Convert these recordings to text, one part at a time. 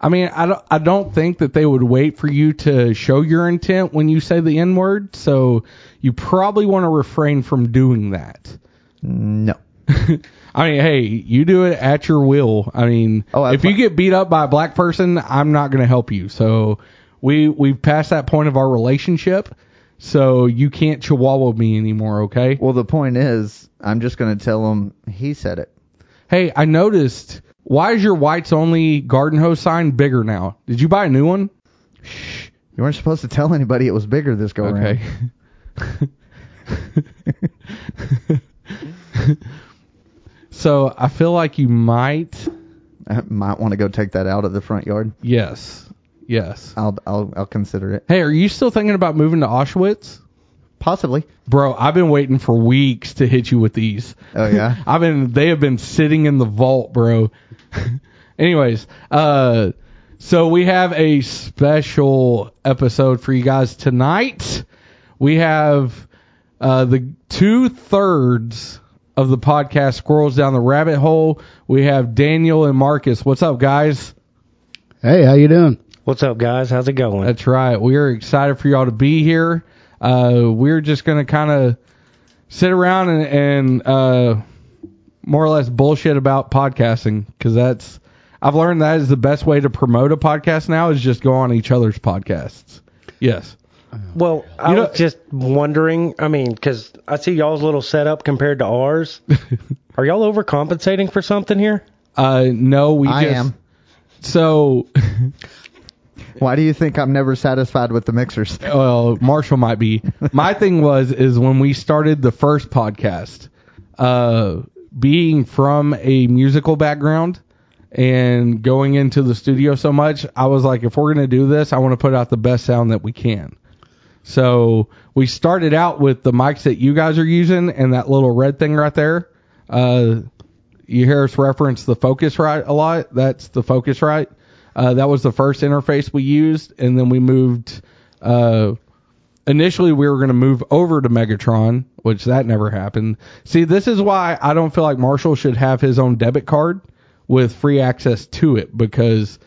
I mean, I don't, I don't think that they would wait for you to show your intent when you say the N word, so you probably want to refrain from doing that. No. I mean, hey, you do it at your will. I mean, Oh, I- if you get beat up by a black person, I'm not going to help you. So we we've passed that point of our relationship. So you can't chihuahua me anymore, okay? Well, the point is, I'm just going to tell him he said it. Hey, I noticed. Why is your whites only garden hose sign bigger now? Did you buy a new one? You weren't supposed to tell anybody it was bigger this go Okay. around. so I feel like you might. I might want to go take that out of the front yard. Yes. Yes. I'll I'll I'll consider it. Hey, are you still thinking about moving to Auschwitz? Possibly. Bro, I've been waiting for weeks to hit you with these. Oh yeah. I've been they have been sitting in the vault, bro. Anyways, uh so we have a special episode for you guys tonight. We have uh the two thirds of the podcast Squirrels Down the Rabbit Hole. We have Daniel and Marcus. What's up, guys? Hey, how you doing? What's up, guys? How's it going? That's right. We are excited for y'all to be here. Uh, we're just gonna kind of sit around and, and uh, more or less bullshit about podcasting because that's I've learned that is the best way to promote a podcast now is just go on each other's podcasts. Yes. well, I You know- was just wondering. I mean, 'cause I see y'all's little setup compared to ours. Are y'all overcompensating for something here? Uh, no, we I just am. so Why do you think I'm never satisfied with the mixers? well Marshall might be. My thing was is when we started the first podcast, uh, being from a musical background. and going into the studio so much, I was like, if we're going to do this, I want to put out the best sound that we can. So we started out with the mics that you guys are using and that little red thing right there. Uh, you hear us reference the Focusrite a lot. That's the Focusrite. Uh, that was the first interface we used, and then we moved. Uh, initially, we were going to move over to Megatron, which that never happened. See, this is why I don't feel like Marshall should have his own debit card with free access to it because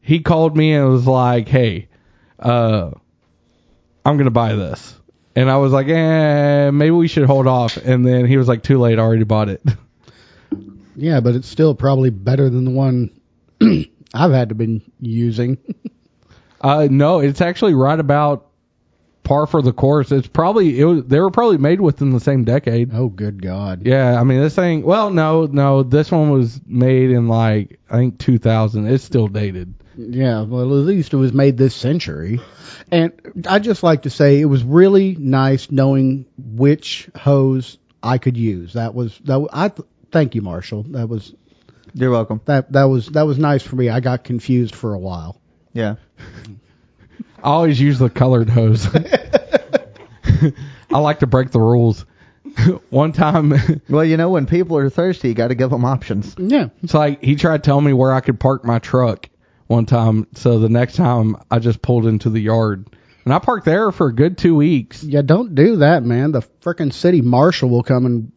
he called me and was like, "Hey, uh, I'm gonna buy this," and I was like, "Eh, maybe we should hold off." And then he was like, "Too late, I already bought it." Yeah, but it's still probably better than the one I've had to been using. Uh, no, it's actually right about par for the course. It's probably it was, they were probably made within the same decade. oh, good God. Yeah, I mean this thing. Well, no, no, this one was made in like I think 2000. It's still dated. Yeah, well, at least it was made this century. And I'd just like to say it was really nice knowing which hose I could use. That was that. w- I th- thank you, Marshall. That was You're welcome. that that was that was nice for me. I got confused for a while. Yeah. I always use the colored hose. I like to break the rules. One time, Well, you know when people are thirsty, you got to give them options. Yeah. it's like he tried telling me where I could park my truck. One time, so the next time I just pulled into the yard, and I parked there for a good two weeks. Yeah, don't do that, man. The frickin' city marshal will come and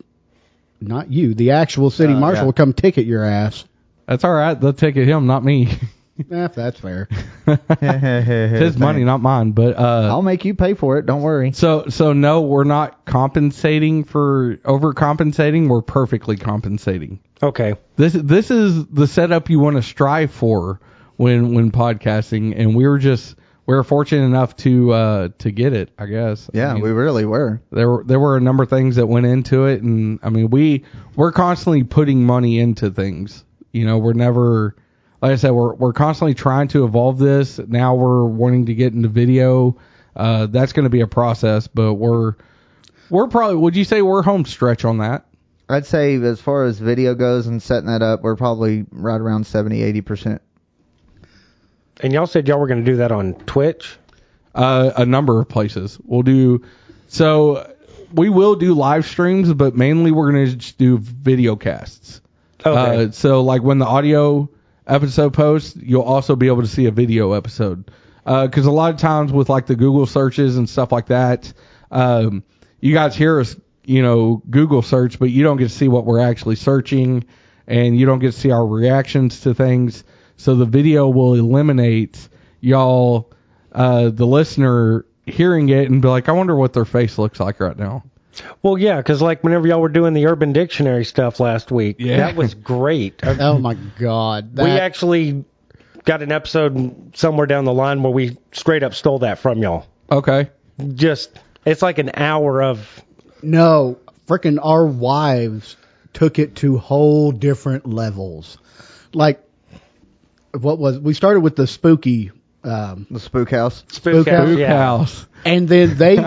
not you, the actual city Uh, marshal yeah. will come ticket your ass. That's all right. They'll take it him, not me. Eh, if that's fair. it's his money, not mine. But uh, I'll make you pay for it. Don't worry. so so no, we're not compensating for overcompensating. We're perfectly compensating. Okay. This this is the setup you want to strive for when when podcasting, and we were just we were fortunate enough to uh to get it, I guess. I Yeah, mean, we really were. there were there were a number of things that went into it, and I mean we we're constantly putting money into things. You know, we're never like I said we're we're constantly trying to evolve this. Now we're wanting to get into video. Uh, that's going to be a process, but we're we're probably would you say we're home stretch on that? I'd say as far as video goes and setting that up, we're probably right around 70, 80 percent. And y'all said y'all were going to do that on Twitch. uh, a number of places. We'll do so. We will do live streams, but mainly we're gonna just do video casts. Okay. Uh, so like when the audio episode posts, you'll also be able to see a video episode. Because a lot of times with like the Google searches and stuff like that, um, you guys hear us, you know, Google search, but you don't get to see what we're actually searching, and you don't get to see our reactions to things. So the video will eliminate y'all, uh, the listener hearing it and be like, I wonder what their face looks like right now. Well, yeah, because like whenever y'all were doing the Urban Dictionary stuff last week, Yeah. that was great. Uh, Oh my god. That, we actually got an episode somewhere down the line where we straight up stole that from y'all. Okay. Just it's like an hour of No, frickin' our wives took it to whole different levels. Like, what was we started with the spooky, um, The spook house. spook, Spook house. Spook Yeah. house. and then they,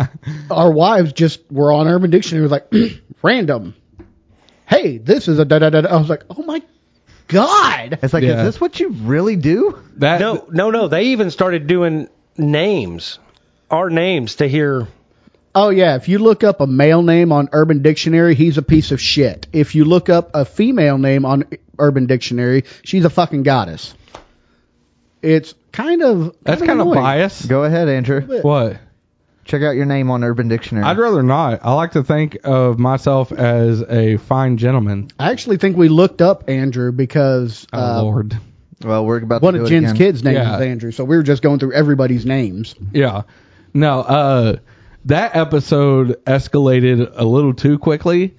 our wives just were on Urban Dictionary, like random. Hey, this is a da da da. da." I was like, oh my god. It's like, Yeah. is this what you really do? That No, no, no. They even started doing names, our names to hear. Oh yeah, if you look up a male name on Urban Dictionary, he's a piece of shit. If you look up a female name on Urban Dictionary, she's a fucking goddess. It's kind of that's kind of annoying. biased. Go ahead, Andrew. What? Check out your name on Urban Dictionary. I'd rather not. I like to think of myself as a fine gentleman. I actually think we looked up Andrew because Oh, uh, Lord. well, we're about one to do of it Jen's again. kids' names Yeah. is Andrew, so we were just going through everybody's names. Yeah. No, uh that episode escalated a little too quickly.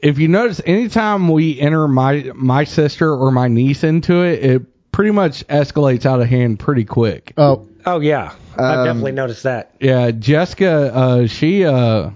if you notice anytime we enter my my sister or my niece into it, it pretty much escalates out of hand pretty quick. Oh, Oh yeah, I Um, definitely noticed that. Yeah, Jessica uh she uh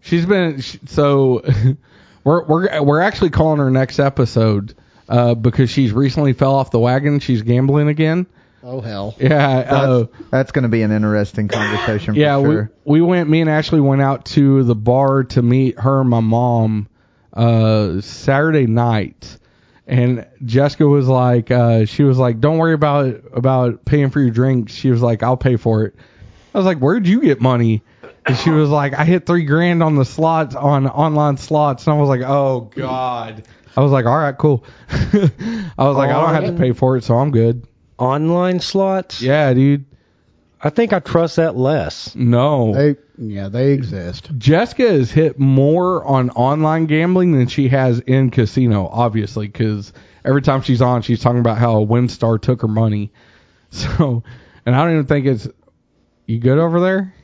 she's been sh- so we're we're we're actually calling her next episode uh because she's recently fell off the wagon, she's gambling again. oh hell. Yeah, uh, That's going to be an interesting conversation. Yeah, for sure. we we went. Me and Ashley went out to the bar to meet her, my mom, uh, Saturday night, and Jessica was like, uh, she was like, "Don't worry about about paying for your drinks." She was like, "I'll pay for it." I was like, "Where'd you get money?" And she was like, "I hit three grand on the slots on online slots," and I was like, "Oh God." I was like, all right, cool. I was like, I don't have to pay for it, so I'm good. Online slots. Yeah, dude. I think I trust that less. No. They yeah, they exist. Jessica has hit more on online gambling than she has in casino, obviously, because every time she's on, she's talking about how Winstar took her money. So, and I don't even think it's you good over there.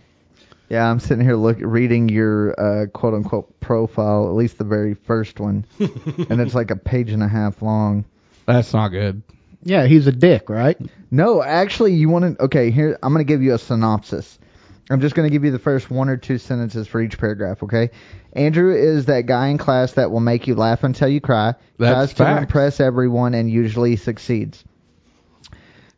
Yeah, I'm sitting here look reading your uh, quote unquote profile, at least the very first one, and it's like a page and a half long. That's not good. Yeah, he's a dick, right? No, actually, you want to. Okay, here I'm going to give you a synopsis. I'm just going to give you the first one or two sentences for each paragraph. Okay, Andrew is that guy in class that will make you laugh until you cry, tries That's facts. to impress everyone, and usually succeeds.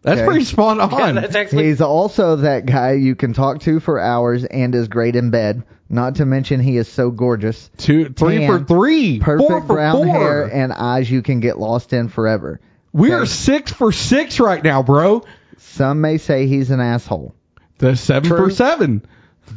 That's Okay. pretty spot on. That's actually He's also that guy you can talk to for hours and is great in bed. Not to mention he is so gorgeous. Two, three Tan, for three, Perfect four for brown four. hair and eyes you can get lost in forever. we are six for six right now, bro. Some may say he's an asshole. That's seven for seven.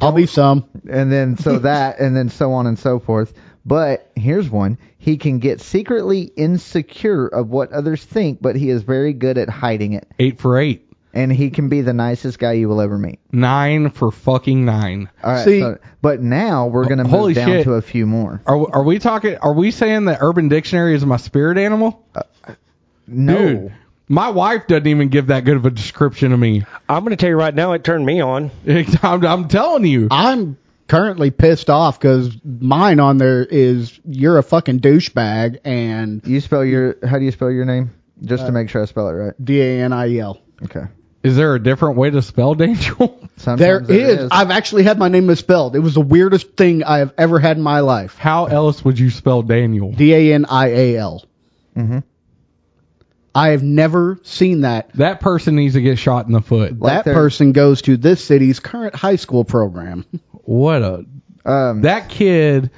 I'll be some. And then so that and then so on and so forth. But here's one. He can get secretly insecure of what others think, but he is very good at hiding it. Eight for eight. And he can be the nicest guy you will ever meet. Nine for fucking nine. All right. See- so- but now we're going to Holy move down shit. to a few more. Are are we talking? Are we saying that Urban Dictionary is my spirit animal? No. Dude, my wife doesn't even give that good of a description of me. I'm gonna tell you right now, it turned me on. I'm, I'm telling you. I'm currently pissed off because mine on there is you're a fucking douchebag and You spell your how do you spell your name? Just to make sure I spell it right. D A N I E L. Okay. Is Uh, there a different way to spell Daniel? There Sometimes it is. I've actually had my name misspelled. It was the weirdest thing I have ever had in my life. How else would you spell Daniel? D A N I A L. Mhm. I have never seen that. That person needs to get shot in the foot. Like that there- person goes to this city's current high school program. What a um, that kid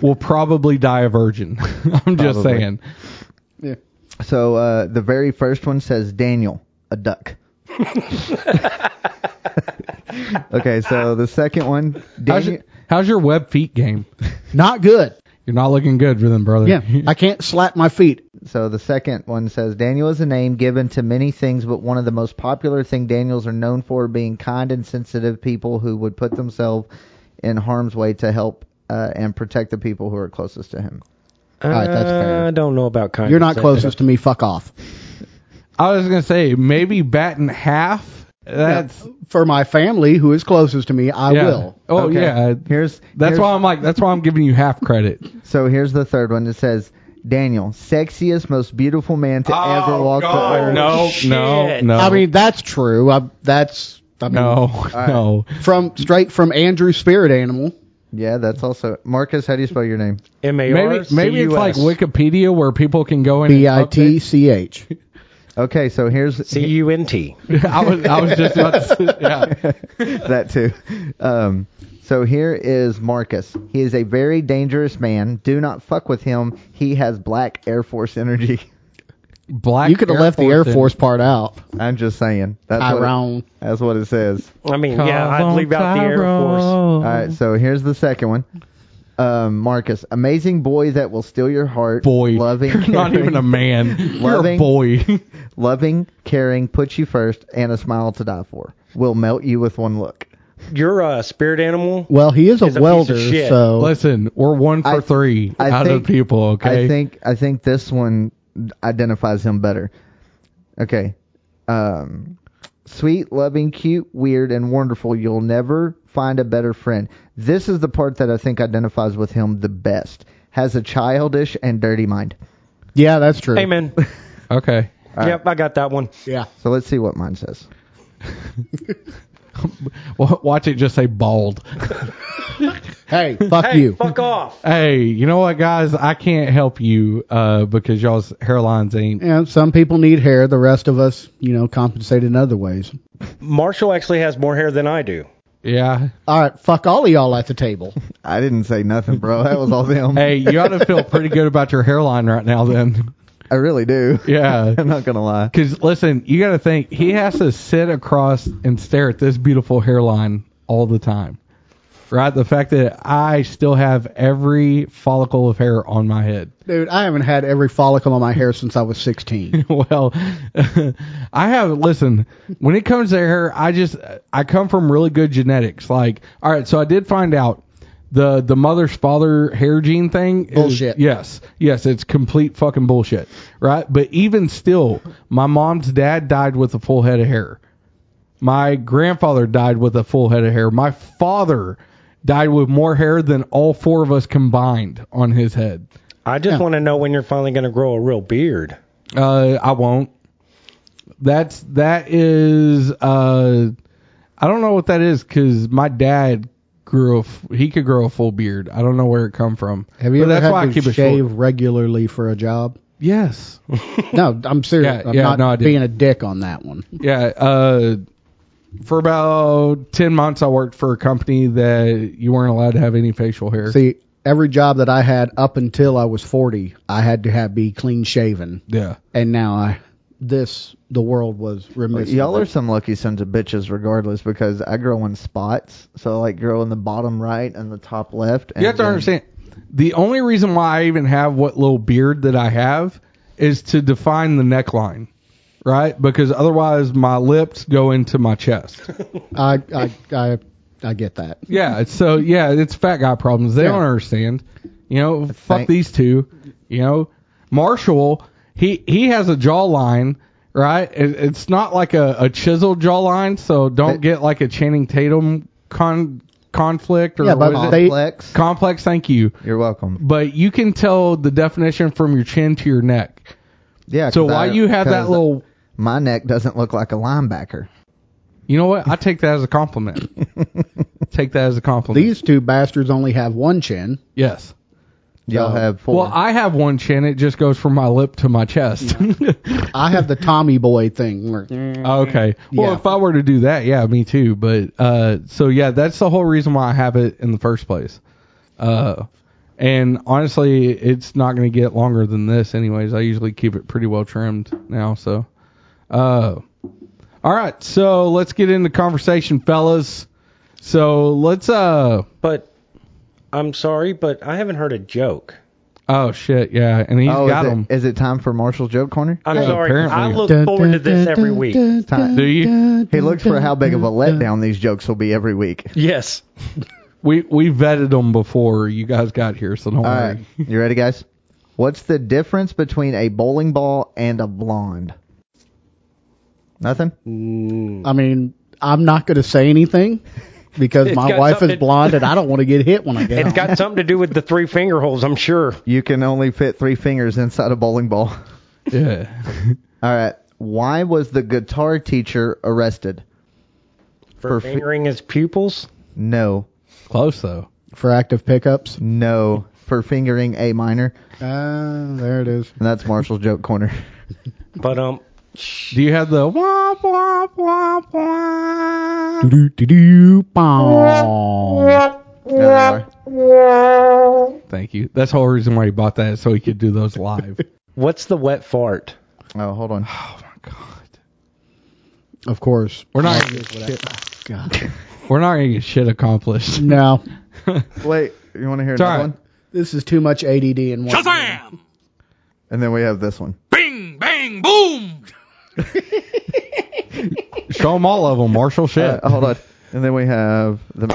will probably die a virgin. I'm Probably. just saying. yeah. So uh, the very first one says Daniel, a duck. okay, so the second one, How's Daniel, your, how's your web feet game? Not good. You're not looking good for them, brother. Yeah. I can't slap my feet. so the second one says Daniel is a name given to many things, but one of the most popular thing Daniels are known for being kind and sensitive people who would put themselves in harm's way to help uh, and protect the people who are closest to him. right, that's fair. Uh, I don't know about kind. You're of not sensitive. closest to me. Fuck off. I was gonna say maybe bat in half. That's for my family who is closest to me. I yeah. will. Oh Okay. yeah. Here's That's here's- why I'm like. That's why I'm giving you half credit. So here's the third one. It says Daniel, sexiest, most beautiful man to ever walk Oh, God, the earth. No, Shit. no, no. I mean, that's true. I, that's I mean, no, no. from straight from Andrew Spirit Animal. Yeah, that's also Marcus. How do you spell your name? M A R. Maybe maybe it's like Wikipedia. Wikipedia where people can go in. and B I T C H. Okay, so here's C U N T. update. I was I was just about to. Say, yeah. that too. Um, so here is Marcus. He is a very dangerous man. Do not fuck with him. He has black Air Force energy. Black. You could have left the Air Force part out. I'm just saying. That's what Tyrone. it, that's what it says. I mean, yeah, I'd leave out the Air Force. Uh-huh. All right, so here's the second one. Um, Marcus, amazing boy that will steal your heart. Boy, loving, You're not caring- even a man. Loving. You're a boy. loving, caring, puts you first, and a smile to die for. Will melt you with one look. You're a spirit animal. Well, he is a He's a piece of welder, shit. so Listen, we're one for I- three I out think- of people. Okay. I think I think this one identifies him better. Okay. Um, sweet, loving, cute, weird, and wonderful. You'll never find a better friend. This is the part that I think identifies with him the best. Has a childish and dirty mind. yeah, that's true. Amen. Okay. Yep, I got that one. Yeah, So let's see what mine says. Wa- Watch it just say bald. hey, fuck Hey, you. fuck off. hey, you know what, guys? I can't help you uh, because y'all's hairlines ain't. Yeah, some people need hair. The rest of us, you know, compensate in other ways. Marshall actually has more hair than I do. Yeah. All right, fuck all of y'all at the table. I didn't say nothing, bro. That was all them. Hey, you ought to feel pretty good about your hairline right now, then. I really do. Yeah. I'm not gonna lie. Because listen, you got to think he has to sit across and stare at this beautiful hairline all the time, right? The fact that I still have every follicle of hair on my head. Dude, I haven't had every follicle on my hair since I was 16. well, I have. Listen, when it comes to hair, I just I come from really good genetics. Like, all right, so I did find out the the mother's father hair gene thing. is- Bullshit. yes, yes, it's complete fucking bullshit, right? But even still, my mom's dad died with a full head of hair. My grandfather died with a full head of hair. My father died with more hair than all four of us combined on his head. I just Yeah. want to know when you're finally going to grow a real beard. Uh, I won't. That's that is. Uh, I don't know what that is because my dad grew a f- he could grow a full beard. I don't know where it come from. Have you But ever that's had why I to keep it shave short. regularly for a job? Yes. No, I'm serious. Yeah, I'm yeah, not no, I didn't. being a dick on that one. yeah. Uh, for about ten months, I worked for a company that you weren't allowed to have any facial hair. See, every job that I had up until I was 40, I had to have be clean shaven, yeah. and now I this the world was remiss. of Y'all it. are some lucky sons of bitches, regardless, because I grow in spots. So I like grow in the bottom right and the top left. And You have to um, then- understand. The only reason why I even have what little beard that I have is to define the neckline, right? Because otherwise my lips go into my chest. I I I I get that. yeah, it's- so yeah, it's fat guy problems. They Yeah. don't understand. You know, fuck Thank- these two. You know, Marshall, he he has a jawline, right? It, it's not like a, a chiseled jawline, so don't get like a Channing Tatum con conflict or Yeah, what but is it? they- Complex. complex. Thank you You're welcome. but you can tell the definition from your chin to your neck. Yeah. So 'cause why I- you have 'cause that little, My neck doesn't look like a linebacker. you know what? I take that as a compliment. take that as a compliment. These two bastards only have one chin. yes. Y'all No. have four. Well, I have one chin. It just goes from my lip to my chest. I have the Tommy Boy thing. where- okay. Well, Yeah. if I were to do that, yeah, me too. But uh, so yeah, that's the whole reason why I have it in the first place. Uh, and honestly, it's not going to get longer than this, anyways. I usually keep it pretty well trimmed now. So, uh, all right. So let's get into conversation, fellas. So let's uh. But I'm sorry, but I haven't heard a joke. Oh shit, yeah, and he's oh, got is, it- him. is it time for Marshall's joke corner? I'm Yeah, sorry. apparently. I look forward to this every week. Time. Do you? He looks for how big of a letdown these jokes will be every week. Yes. We we vetted him before you guys got here, so don't All worry. right. You ready, guys? What's the difference between a bowling ball and a blonde? Nothing. Mm, I mean, I'm not going to say anything because It's my got wife is something- blonde and I don't want to get hit when I get it's home. got something to do with the three finger holes, I'm sure. You can only fit three fingers inside a bowling ball. Yeah. All right. Why was the guitar teacher arrested? For For, fi- fingering his pupils. No, Close though. for active pickups. no, for fingering A minor. Uh, there it is. And that's Marshall's joke corner. But um, Do you have the womp womp womp womp? Doo-doo-doo-doo, bong. There they are. Thank you. That's the whole reason why he bought that, so he could do those live. what's the wet fart? Oh, hold on. oh my god. Of course. We're not gonna get shit. We're not gonna get shit accomplished. No, Wait, you want to hear all another right. one? this is too much ADD in one. Shazam! And then we have this one. Bing, bang, boom! Show them all of them, Marshall. Shit. Uh, hold on. And then we have the.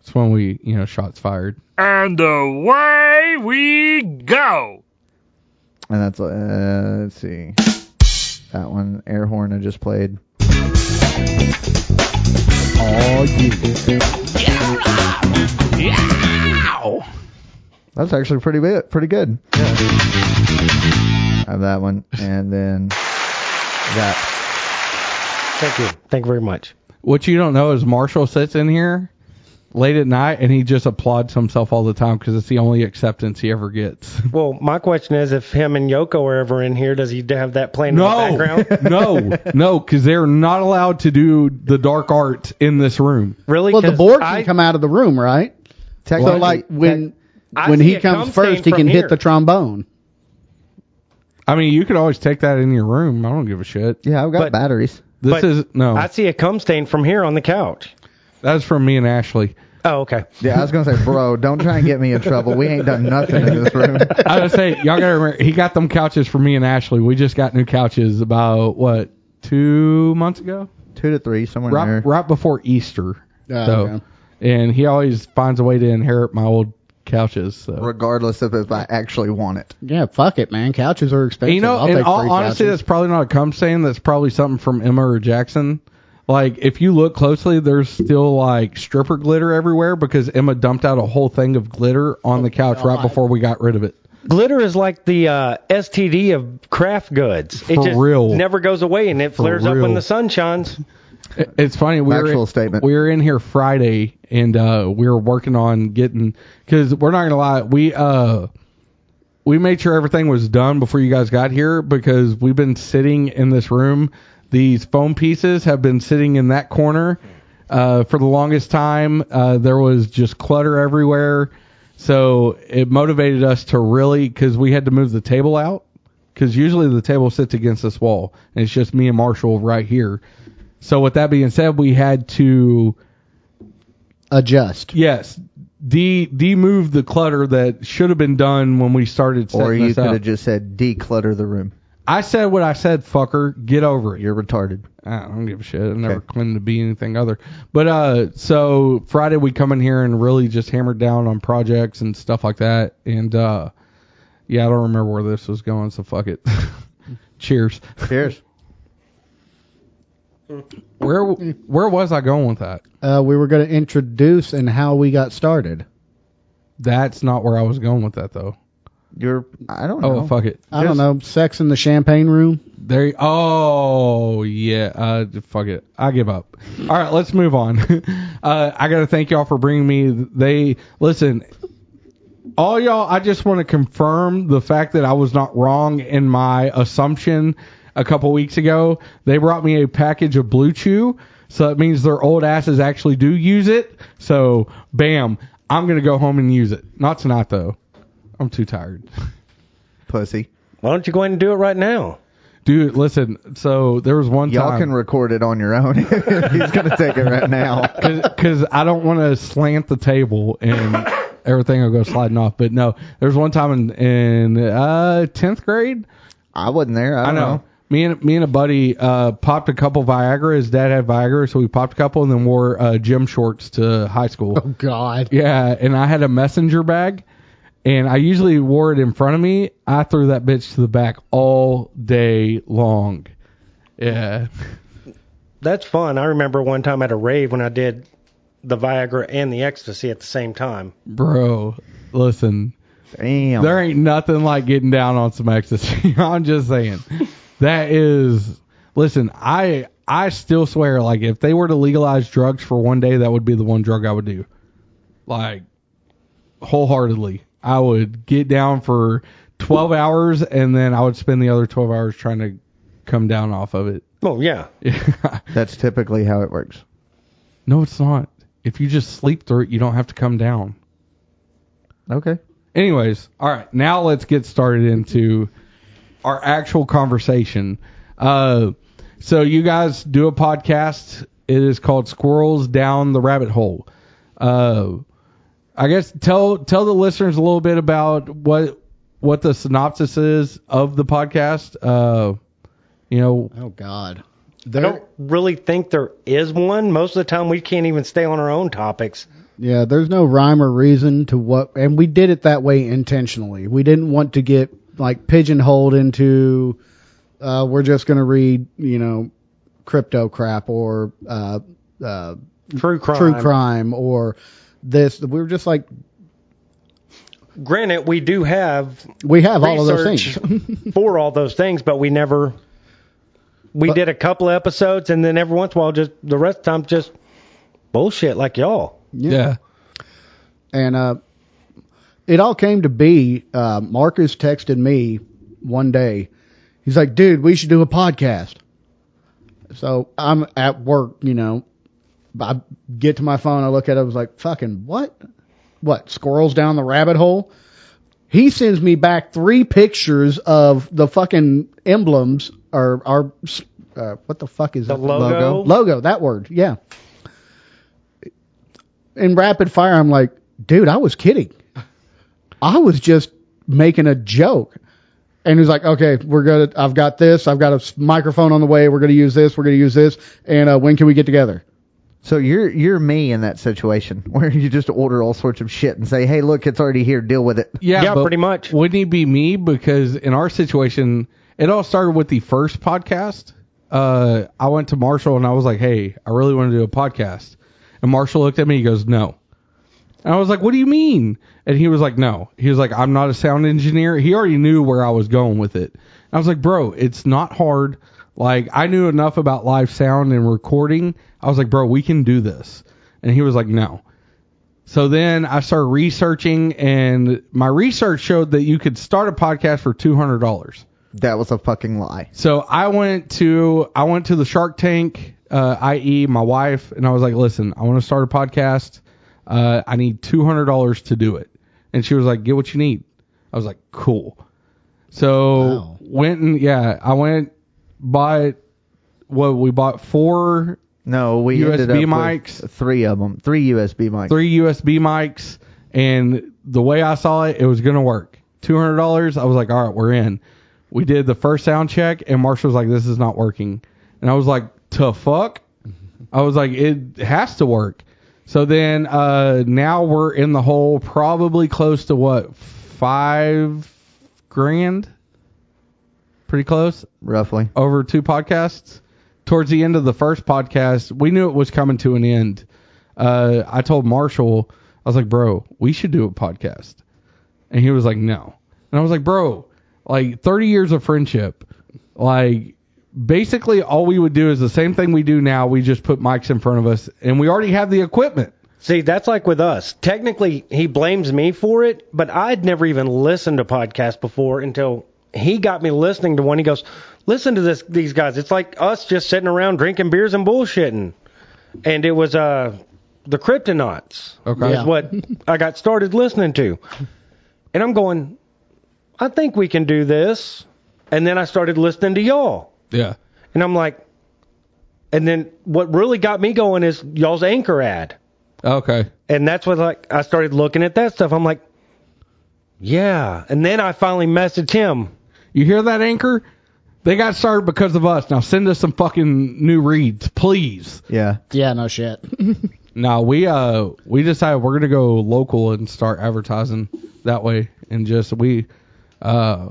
It's when we, you know, shots fired. And away we go! And that's uh, let's see, that one air horn I just played. All you. That's actually pretty bit, pretty good. I have that one, and then that. Thank you. Thank you very much. What you don't know is Marshall sits in here late at night and he just applauds himself all the time because it's the only acceptance he ever gets. Well, my question is, if him and Yoko are ever in here, does he have that playing in the No, background? no, no, because they're not allowed to do the dark art in this room. Really? Well, the 'Cause board can I, come out of the room, right? Technically, So like when I when see he it comes come first, stain he from can here. hit the trombone. I mean, you could always take that in your room. I don't give a shit. yeah, I've got but- batteries. This But is no. I see a cum stain from here on the couch. that's from me and Ashley. Oh, okay. Yeah, I was gonna say, bro, don't try and get me in trouble. We ain't done nothing in this room. I was gonna say, y'all gotta remember, he got them couches for me and Ashley. We just got new couches about what two months ago, Two to three, somewhere in right, there. right before Easter. Ah, so, okay. and he always finds a way to inherit my old couches. So. Regardless of if I actually want it. Yeah, fuck it, man. Couches are expensive. You know, I'll in take free all honesty, couches. that's probably not a cum stain. That's probably something from Emma or Jackson. Like, if you look closely, there's still like stripper glitter everywhere because Emma dumped out a whole thing of glitter on the couch right before we got rid of it. Glitter is like the uh, STD of craft goods. it For just real. never goes away, and it flares up real. when the sun shines. It- Uh, It's funny. We Factual were, statement. We were in here Friday, and uh, we were working on getting because we're not gonna lie. We uh, we made sure everything was done before you guys got here because we've been sitting in this room. These foam pieces have been sitting in that corner uh, for the longest time. Uh, there was just clutter everywhere, so it motivated us to really because we had to move the table out because usually the table sits against this wall and it's just me and Marshall right here. So with that being said, we had to adjust. yes de de move the clutter that should have been done when we started setting Or you this could up. have just said declutter the room. I said what I said, fucker. Get over it. You're retarded. I don't give a shit. I never claimed to be anything other. But uh, so Friday we come in here and really just hammered down on projects and stuff like that. And uh, yeah, I don't remember where this was going, so fuck it. Cheers. Cheers. Where where was I going with that? Uh, we were going to introduce and how we got started. That's not where I was going with that though. You're. I don't Oh know. fuck it. I don't know. Sex in the champagne room. There. Oh yeah. Uh, fuck it. I give up. All right, let's move on. uh, I gotta thank y'all for bringing me. They listen. All y'all, I just want to confirm the fact that I was not wrong in my assumption a couple weeks ago. They brought me a package of Blue Chew, so that means their old asses actually do use it. So, bam, I'm gonna go home and use it. Not tonight though. I'm too tired. Pussy. Why don't you go ahead and do it right now? Dude, listen. So there was one Y'all time. can record it on your own. He's gonna take it right now. because I don't want to slant the table and everything will go sliding off. But no, there's one time in in uh tenth grade. I wasn't there. I I don't know. know. Me and me and a buddy uh popped a couple Viagra. His dad had Viagra, so we popped a couple and then wore uh, gym shorts to high school. Oh God. Yeah, and I had a messenger bag, and I usually wore it in front of me. I threw that bitch to the back all day long. Yeah. That's fun. I remember one time at a rave when I did the Viagra and the ecstasy at the same time. Bro, listen. Damn. There ain't nothing like getting down on some ecstasy. I'm just saying. That is listen, I I still swear, like if they were to legalize drugs for one day, that would be the one drug I would do. Like wholeheartedly. I would get down for twelve hours and then I would spend the other twelve hours trying to come down off of it. Oh yeah. That's typically how it works. no, it's not. If you just sleep through it, you don't have to come down. Okay. Anyways, all right, now let's get started into our actual conversation. Uh, so you guys do a podcast. It is called Squirrels Down the Rabbit Hole. Uh, I guess tell tell the listeners a little bit about what what the synopsis is of the podcast. Uh, you know, Oh God. I don't really think there is one. Most of the time, we can't even stay on our own topics. Yeah, there's no rhyme or reason to what, and we did it that way intentionally. We didn't want to get like pigeonholed into, uh, we're just going to read, you know, crypto crap or uh, uh, True crime. true crime or this. We were just like, Granted, we do have we have all of those research things. for all those things, but we never. We But- did a couple of episodes, and then every once in a while, just the rest of the time, just bullshit like y'all. yeah, And uh, it all came to be. Uh, Marcus texted me one day. He's like, dude, we should do a podcast. So I'm at work, you know. I get to my phone, I look at it, I was like, fucking what? What? Squirrels down the rabbit hole? He sends me back three pictures of the fucking emblems or our uh, what the fuck is The that? logo? Logo, that word, yeah. In rapid fire, I'm like, dude, I was kidding. I was just making a joke. And he's like, okay, we're gonna. I've got this. I've got a s- microphone on the way. We're gonna use this. We're gonna use this. And uh, when can we get together? So you're you're me in that situation where you just order all sorts of shit and say, "Hey, look, it's already here. Deal with it." yeah, Yeah, but pretty much. Wouldn't he be me? Because in our situation, it all started with the first podcast. Uh, I went to Marshall and I was like, "Hey, I really want to do a podcast." And Marshall looked at me. He goes, "No." And I was like, "What do you mean?" And he was like, "No." He was like, "I'm not a sound engineer." He already knew where I was going with it. I was like, "Bro, it's not hard. Like, I knew enough about live sound and recording. I was like, "Bro, we can do this." And he was like, "No." So then I started researching, and my research showed that you could start a podcast for two hundred dollars. That was a fucking lie. So I went to I went to the Shark Tank, uh, i.e. my wife, and I was like, "Listen, I want to start a podcast. Uh, I need two hundred dollars to do it." And she was like, "Get what you need." I was like, "Cool." So Wow. went and yeah, I went bought what we bought four No, we ended up USB with mics? three of them, three USB mics. three USB mics, and the way I saw it, it was gonna work. Two hundred dollars. I was like, all right, we're in. We did the first sound check, and Marshall was like, this is not working, and I was like, to fuck. I was like, it has to work. So then, uh, now we're in the hole, probably close to what five grand, pretty close roughly. over two podcasts. Towards the end of the first podcast, we knew it was coming to an end. Uh, I told Marshall, I was like, bro, we should do a podcast. And he was like, no. And I was like, bro, like 30 years of friendship, like basically all we would do is the same thing we do now. We just put mics in front of us and we already have the equipment. See, that's like with us. Technically, he blames me for it, but I'd never even listened to podcasts before until he got me listening to one. He goes, "Listen to this, these guys. It's like us just sitting around drinking beers and bullshitting." And it was uh, the Kryptonauts. Okay. is what I got started listening to, and I'm going, "I think we can do this." And then I started listening to y'all. Yeah. And I'm like, and then what really got me going is y'all's anchor ad. Okay. And that's what like I started looking at that stuff. I'm like, yeah. And then I finally messaged him. You hear that anchor? They got started because of us. Now send us some fucking new reads, please. Yeah. Yeah, no shit. No, we uh we decided we're gonna go local and start advertising that way, and just we uh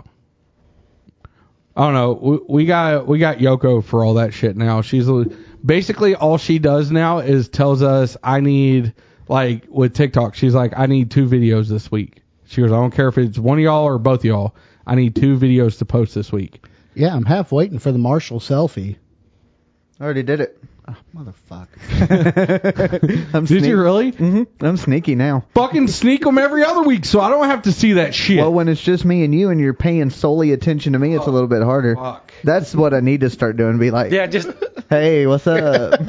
I don't know. We, we got we got Yoko for all that shit now. She's a- basically all she does now is tells us I need like with TikTok. She's like I need two videos this week. She goes I don't care if it's one of y'all or both of y'all. I need two videos to post this week. Yeah, I'm half waiting for the Marshall selfie. I already did it. Motherfucker. I'm Did sneak- you really? Mhm. I'm sneaky now. Fucking sneak them every other week so I don't have to see that shit. Well, when it's just me and you, and you're paying solely attention to me, it's a little bit harder. fuck. That's what I need to start doing. Be like, Yeah, just hey, what's up?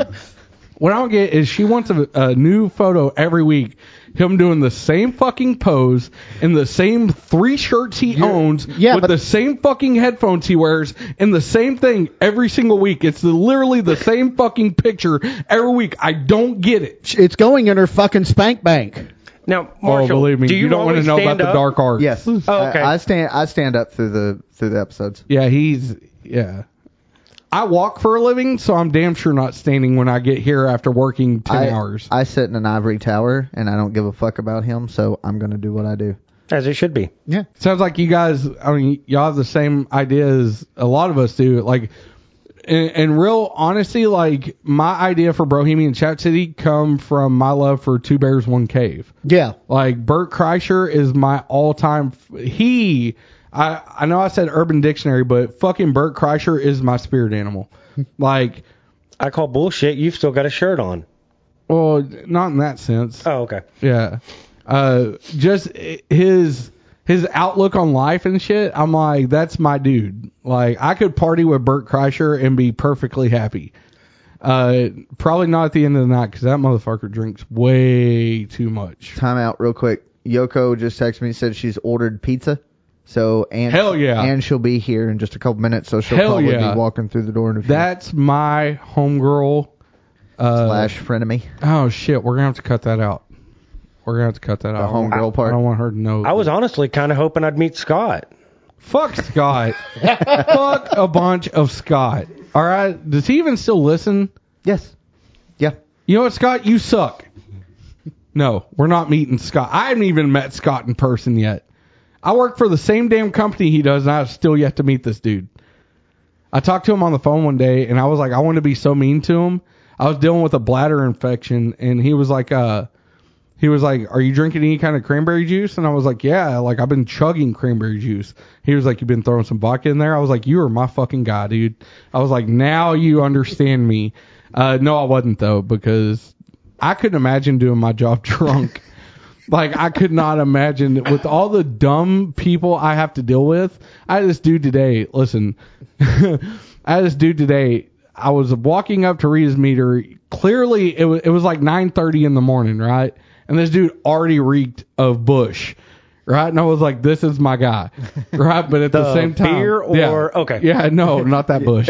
What I don't get is she wants a, a new photo every week. Him doing the same fucking pose in the same three shirts he owns yeah, with but- the same fucking headphones he wears and the same thing every single week. It's the, literally the same fucking picture every week. I don't get it. it's going in her fucking spank bank. now, Oh, Marshall. believe me, do you, don't want to always know about stand the up? dark arts. yes. okay. I, I stand. I stand up through the through the episodes. Yeah, he's yeah. I walk for a living, so I'm damn sure not standing when I get here after working ten I, hours. I sit in an ivory tower, and I don't give a fuck about him, so I'm gonna do what I do. As it should be. Yeah. Sounds like you guys. I mean, y'all have the same idea as a lot of us do. Like, in, in real honesty, like my idea for Bohemian City come from my love for Two Bears One Cave. Yeah. Like Bert Kreischer is my all-time. f- He, I I know I said Urban Dictionary, but fucking Bert Kreischer is my spirit animal. like, I call bullshit. You've still got a shirt on. well, not in that sense. Oh, okay. Yeah. Uh, just i- his his outlook on life and shit. I'm like, that's my dude. Like, I could party with Burt Kreischer and be perfectly happy. Uh, probably not at the end of the night because that motherfucker drinks way too much. Time out, real quick. Yoko just texted me said she's ordered pizza. So and Hell yeah. and she'll be here in just a couple minutes. So she'll Hell probably yeah. be walking through the door in a few That's my homegirl. Uh, slash frenemy. Oh shit, we're gonna have to cut that out. We're gonna have to cut that out. homegirl I- part. I don't want her to know. I was honestly kind of hoping I'd meet Scott. Fuck Scott. Fuck a bunch of Scott. All right. Does he even still listen? Yes. Yeah. You know what, Scott? You suck. No, we're not meeting Scott. I haven't even met Scott in person yet. I work for the same damn company he does, and I've still yet to meet this dude. I talked to him on the phone one day, and I was like, I want to be so mean to him. I was dealing with a bladder infection, and he was like, uh, he was like, "Are you drinking any kind of cranberry juice?" And I was like, "Yeah, like I've been chugging cranberry juice." He was like, "You've been throwing some vodka in there." I was like, "You are my fucking guy, dude." I was like, "Now you understand me." Uh, no, I wasn't though because I couldn't imagine doing my job drunk. like I could not imagine with all the dumb people I have to deal with. I had this dude today. Listen, I had this dude today. I was walking up to read his meter. Clearly, it was it was like 9:30 in the morning, right? And this dude already reeked of bush, right? And I was like, "This is my guy," right? But at the, The same time, beer yeah. or- okay. yeah, no, not that bush.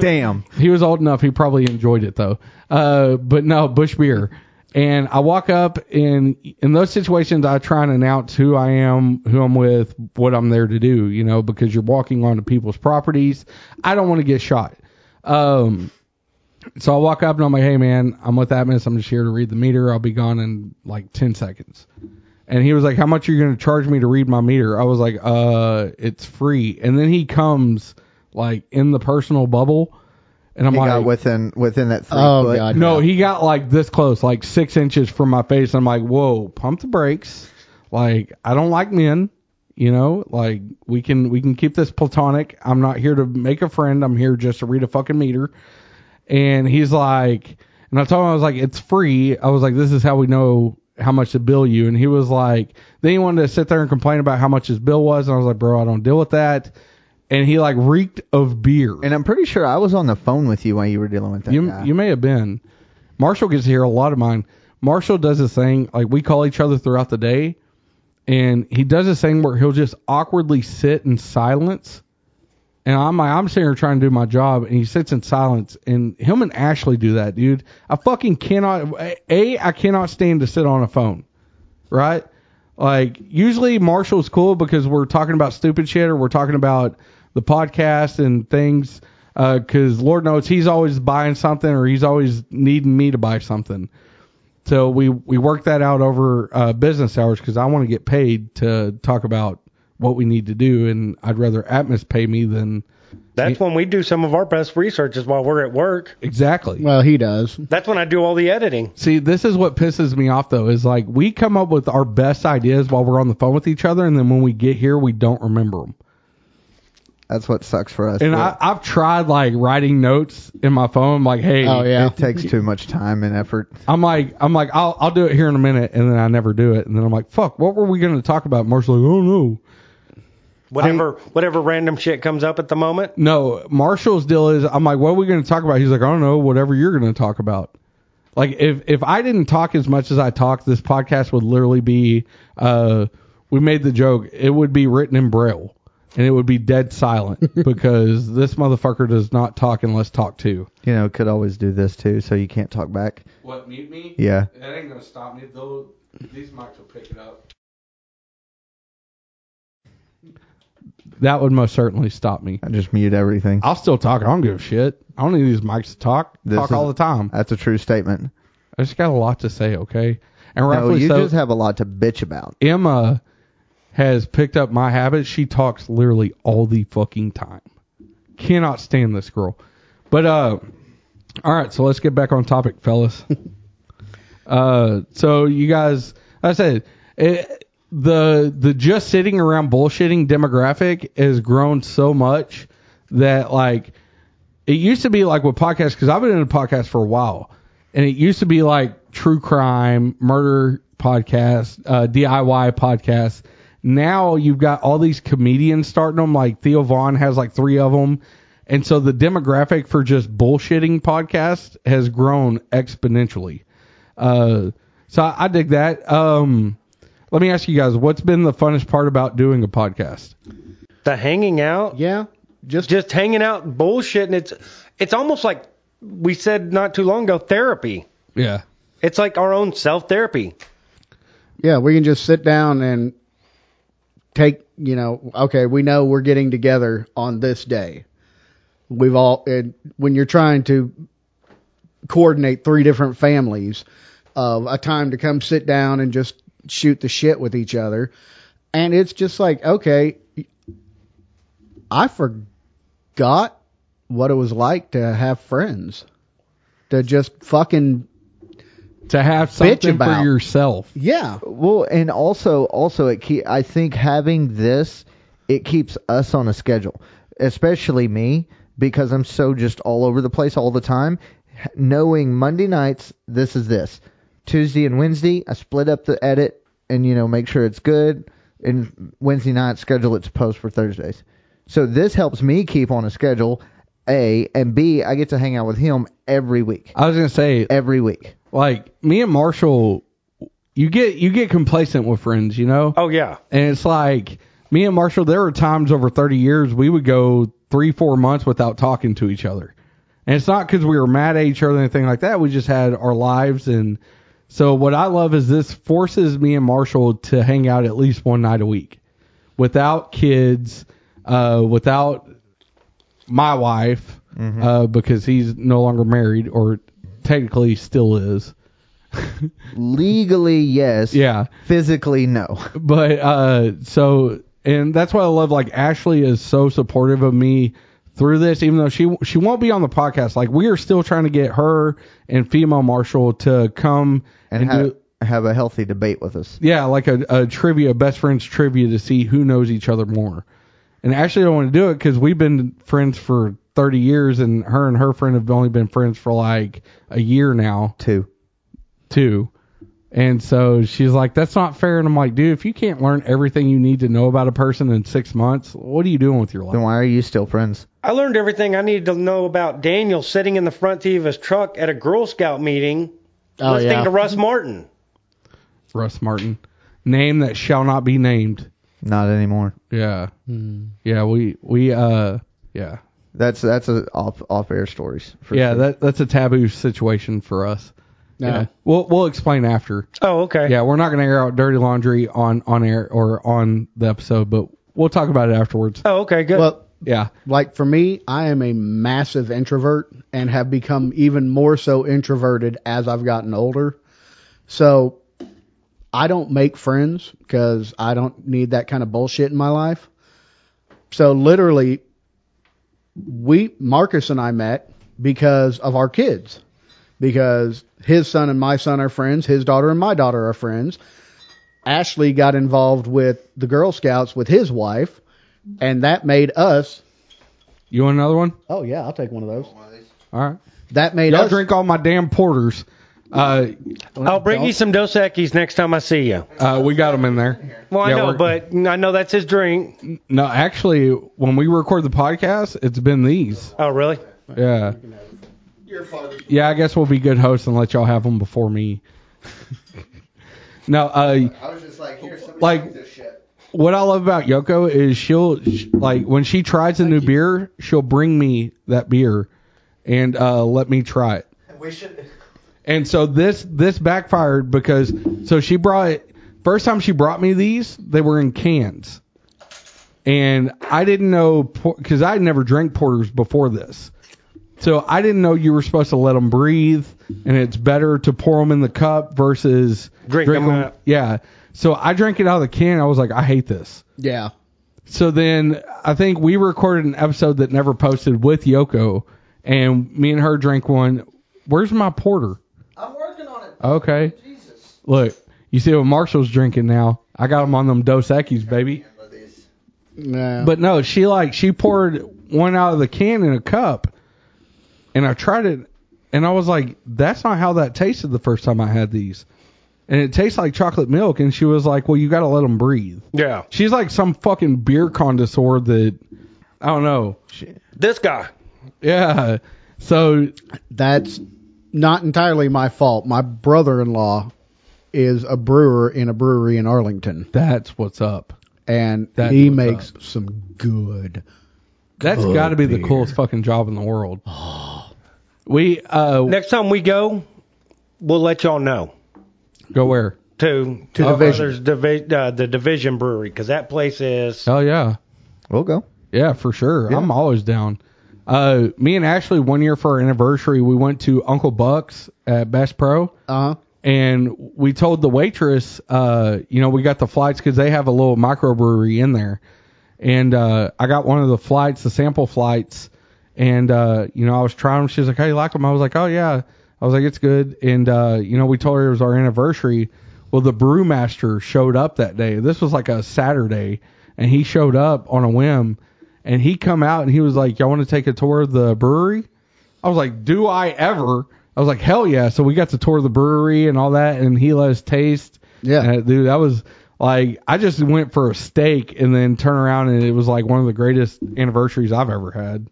Damn. He was old enough. He probably enjoyed it though. Uh, but no, Bush beer. And I walk up and in those situations, I try and announce who I am, who I'm with, what I'm there to do, you know, because you're walking onto people's properties. I don't want to get shot. Um, so I walk up and I'm like, hey man, I'm with Atmos. I'm just here to read the meter. I'll be gone in like 10 seconds. And he was like, how much are you going to charge me to read my meter? I was like, uh, it's free. And then he comes like in the personal bubble. And I'm He like, got within within that three Oh, foot. God. no, he got like this close, like six inches from my face. I'm like, whoa, pump the brakes. Like, I don't like men. You know, like we can we can keep this platonic. I'm not here to make a friend. I'm here just to read a fucking meter. And he's like, and I told him I was like, it's free. I was like, this is how we know how much to bill you. And he was like, then he wanted to sit there and complain about how much his bill was. And I was like, bro, I don't deal with that. And he like reeked of beer. And I'm pretty sure I was on the phone with you while you were dealing with that You guy. you may have been. Marshall gets here a lot of mine. Marshall does this thing like we call each other throughout the day, and he does this thing where he'll just awkwardly sit in silence. And I'm like, I'm sitting here trying to do my job, and he sits in silence. And him and Ashley do that, dude. I fucking cannot. A, I cannot stand to sit on a phone, right? Like usually Marshall's cool because we're talking about stupid shit or we're talking about the podcast and things. Because Lord knows he's always buying something or he's always needing me to buy something. So we we work that out over uh, business hours because I want to get paid to talk about what we need to do, and I'd rather Atmos pay me than That's when we do some of our best researches while we're at work. exactly. Well, he does. That's when I do all the editing. See, this is what pisses me off though, is like we come up with our best ideas while we're on the phone with each other, and then when we get here, we don't remember them. That's what sucks for us. And but I, I've tried like writing notes in my phone, like, hey, Oh yeah. it takes too much time and effort. I'm like, I'm like, I'll, I'll do it here in a minute, and then I never do it, and then I'm like, fuck, what were we going to talk about? Marshall's like, oh no, Whatever whatever random shit comes up at the moment. no. Marshall's deal is, I'm like, what are we going to talk about? He's like, I don't know, whatever you're going to talk about. Like if if I didn't talk as much as I talk, this podcast would literally be, uh, we made the joke, it would be written in braille, and it would be dead silent because this motherfucker does not talk unless talked to. You know, could always do this too, so you can't talk back. What mute me? Yeah. That ain't gonna stop me. Though these mics will pick it up. That would most certainly stop me. I just mute everything. I'll still talk. I don't give a shit. I don't need these mics to talk. This talk all the is- time. That's a true statement. I just got a lot to say, okay? And No, rightfully you so. just have a lot to bitch about. Emma has picked up my habit. She talks literally all the fucking time. Cannot stand this girl. But uh all right, so let's get back on topic, fellas. uh so you guys I said it, the the just sitting around bullshitting demographic has grown so much that like it used to be like with podcasts because I've been in a podcast for a while, and it used to be like true crime, murder podcast, uh, DIY podcast. Now you've got all these comedians starting them. Like Theo Vaughn has like three of them, and so the demographic for just bullshitting podcasts has grown exponentially. Uh, so I, I dig that. Um, let me ask you guys, what's been the funnest part about doing a podcast? The hanging out. Yeah. Just, Just hanging out and bullshitting. It's it's almost like we said not too long ago, therapy. Yeah. It's like our own self therapy. yeah, we can just sit down and take, you know, okay, we know we're getting together on this day. We've all and when you're trying to coordinate three different families of a time to come sit down and just shoot the shit with each other. And it's just like, okay, I forgot what it was like to have friends. To just fucking To have something for about. yourself. yeah. Well, and also, also, it keep, I think having this, it keeps us on a schedule, especially me, because I'm so just all over the place all the time. H- Knowing Monday nights, this is this. Tuesday and Wednesday, I split up the edit and you know make sure it's good. And Wednesday night, schedule it to post for Thursdays. So this helps me keep on a schedule. A and B, I get to hang out with him every week. I was gonna say Every week. like me and Marshall, you get you get complacent with friends, you know. Oh yeah. And it's like me and Marshall. There were times over 30 years we would go three four months without talking to each other, and it's not because we were mad at each other or anything like that. We just had our lives, and so what I love is this forces me and Marshall to hang out at least one night a week, without kids, uh, without my wife, uh, because he's no longer married or technically still is. Legally, yes. Yeah. Physically, no. but uh so and that's why I love like Ashley is so supportive of me through this even though she she won't be on the podcast like we are still trying to get her and female Marshall to come and, and, have, do have a healthy debate with us. yeah like a, a trivia best friends trivia to see who knows each other more and Ashley don't want to do it cuz we've been friends for 30 years and her and her friend have only been friends for like a year now Too. too. And so she's like, that's not fair. And I'm like, dude, if you can't learn everything you need to know about a person in six months, what are you doing with your Then life? why are you still friends? I learned everything I needed to know about Daniel sitting in the front seat of his truck at a Girl Scout meeting Oh, listening yeah. to Russ Martin. Russ Martin. Name that shall not be named. Not anymore. Yeah. Hmm. Yeah. We, we, uh, yeah. That's that's a off off air stories. For Yeah. sure. That, that's a taboo situation for us. No. Yeah. We'll, we'll explain after. Oh, okay. Yeah. We're not going to air out dirty laundry on, on air or on the episode, but we'll talk about it afterwards. Oh, okay, good. Well, Yeah. like for me, I am a massive introvert and have become even more so introverted as I've gotten older. So I don't make friends because I don't need that kind of bullshit in my life. So literally, we Marcus and I met because of our kids, because his son and my son are friends, his daughter and my daughter are friends. Ashley got involved with the Girl Scouts with his wife, and that made us. You want another one? Oh yeah, I'll take one of those. All right. That made Y'all us. drink all my damn porters. Uh, I'll bring you some Dos Equis next time I see you. uh, we got them in there. Well, I Yeah, know, we're- but I know that's his drink. no, actually, when we record the podcast, it's been these. Oh, really? Yeah. Yeah, I guess we'll be good hosts and let y'all have them before me. no, uh, I was just like, here, somebody Like- drink this what I love about Yoko is she'll sh like when she tries a new beer, she'll bring me that beer and uh, let me try it. We should. And so this this backfired because so she brought first time she brought me these they were in cans, and I didn't know because I had never drank porters before this, so I didn't know you were supposed to let them breathe and it's better to pour them in the cup versus Drink 'em up. Yeah, so I drank it out of the can. I was like, I hate this. Yeah. So then I think we recorded an episode that never posted with Yoko, and me and her drank one. Where's my porter? I'm working on it. Okay. Jesus. Look, you see what Marshall's drinking now. I got him on them Dos Equis, baby. Nah. But no, she like she poured one out of the can in a cup, and I tried it, and I was like, "That's not how that tasted the first time I had these." And it tastes like chocolate milk. And she was like, "Well, you got to let them breathe." Yeah. She's like some fucking beer connoisseur that I don't know. This guy. Yeah. So that's not entirely my fault. My brother-in-law is a brewer in a brewery in Arlington, that's what's up. and That he was uh, makes some good. That's Good got to be the beer. coolest fucking job in the world. We uh Next time we go, we'll let y'all know go where? to To our Division. brother's divi- uh, the Division Brewery because that place is. Oh yeah. We'll go. Yeah, for sure. I'm always down. Uh, me and Ashley, one year for our anniversary, we went to Uncle Buck's at Bass Pro, Uh huh. and we told the waitress, uh, you know, we got the flights because they have a little microbrewery in there, and uh, I got one of the flights, the sample flights, and uh, you know, I was trying them. She was like, "How you like them?" I was like, "Oh yeah." I was like, "It's good," and uh, you know, we told her it was our anniversary. Well, the brewmaster showed up that day. This was like a Saturday, and he showed up on a whim, and he come out and he was like, "Y'all want to take a tour of the brewery?" I was like, "Do I ever?" I was like, "Hell yeah!" So we got to tour the brewery and all that, and he let us taste. Yeah. And, dude, that was like I just went for a steak and then turn around and it was like one of the greatest anniversaries I've ever had.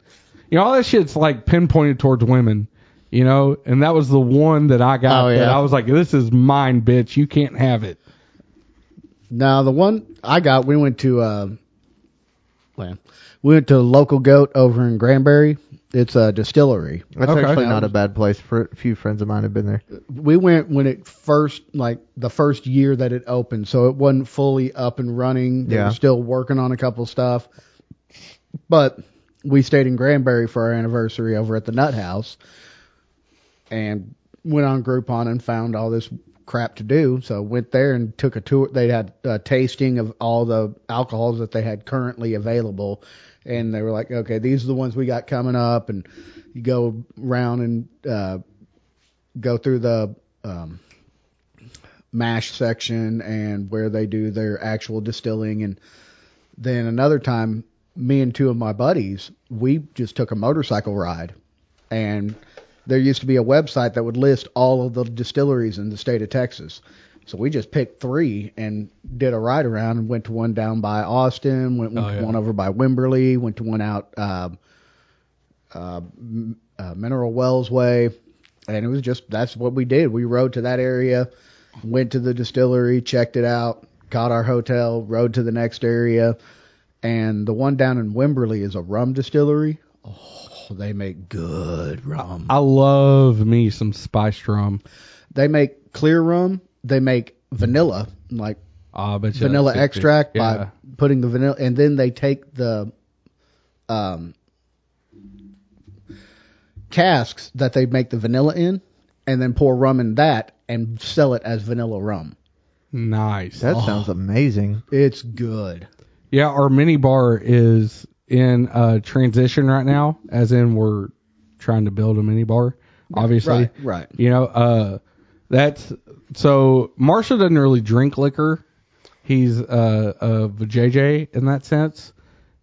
You know, all that shit's like pinpointed towards women. You know, and that was the one that I got. Oh, That yeah. I was like, "This is mine, bitch. You can't have it." Now the one I got, we went to. Uh, well, we went to local goat over in Granbury. It's a distillery. That's Okay. actually not a bad place. For a few friends of mine have been there. we went when it first like the first year that it opened so it wasn't fully up and running they Yeah. were still working on a couple stuff but we stayed in granbury for our anniversary over at the nut house and went on groupon and found all this crap to do so went there and took a tour they had a tasting of all the alcohols that they had currently available and they were like okay these are the ones we got coming up and you go around and uh go through the um, mash section and where they do their actual distilling. And then another time, me and two of my buddies, we just took a motorcycle ride. And there used to be a website that would list all of the distilleries in the state of Texas. So we just picked three and did a ride around and went to one down by Austin, went, went Oh, to yeah. one over by Wimberley, went to one out um, uh, Mineral Wells Way, and it was just that's what we did. We rode to that area, went to the distillery, checked it out, got our hotel, rode to the next area, and the one down in Wimberley is a rum distillery. Oh, they make good rum. I love me some spice rum. They make clear rum. They make vanilla, like Ah, but vanilla extract Yeah. by putting the vanilla, and then they take the um, casks that they make the vanilla in, and then pour rum in that and sell it as vanilla rum. Nice. That sounds amazing. It's good. Yeah, our mini bar is in uh, transition right now, as in we're trying to build a mini bar. Obviously, Right, right. You know, uh, that's so. Marshall doesn't really drink liquor. He's uh, a JJ in that sense.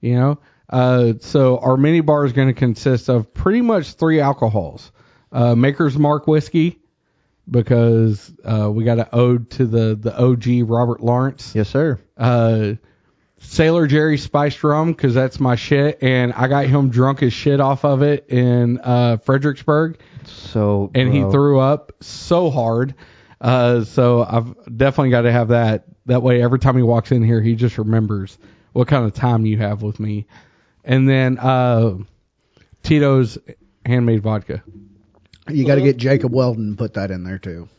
You know, uh, so our mini bar is going to consist of pretty much three alcohols: uh, Maker's Mark whiskey, because uh, we got an ode to the the OG Robert Lawrence Yes, sir. uh, Sailor Jerry spiced rum because that's my shit, and I got him drunk as shit off of it in uh, Fredericksburg, So and bro, he threw up so hard. Uh, so I've definitely got to have that. That way, every time he walks in here, he just remembers what kind of time you have with me. And then uh, Tito's handmade vodka. You got to get Jacob Weldon and put that in there too.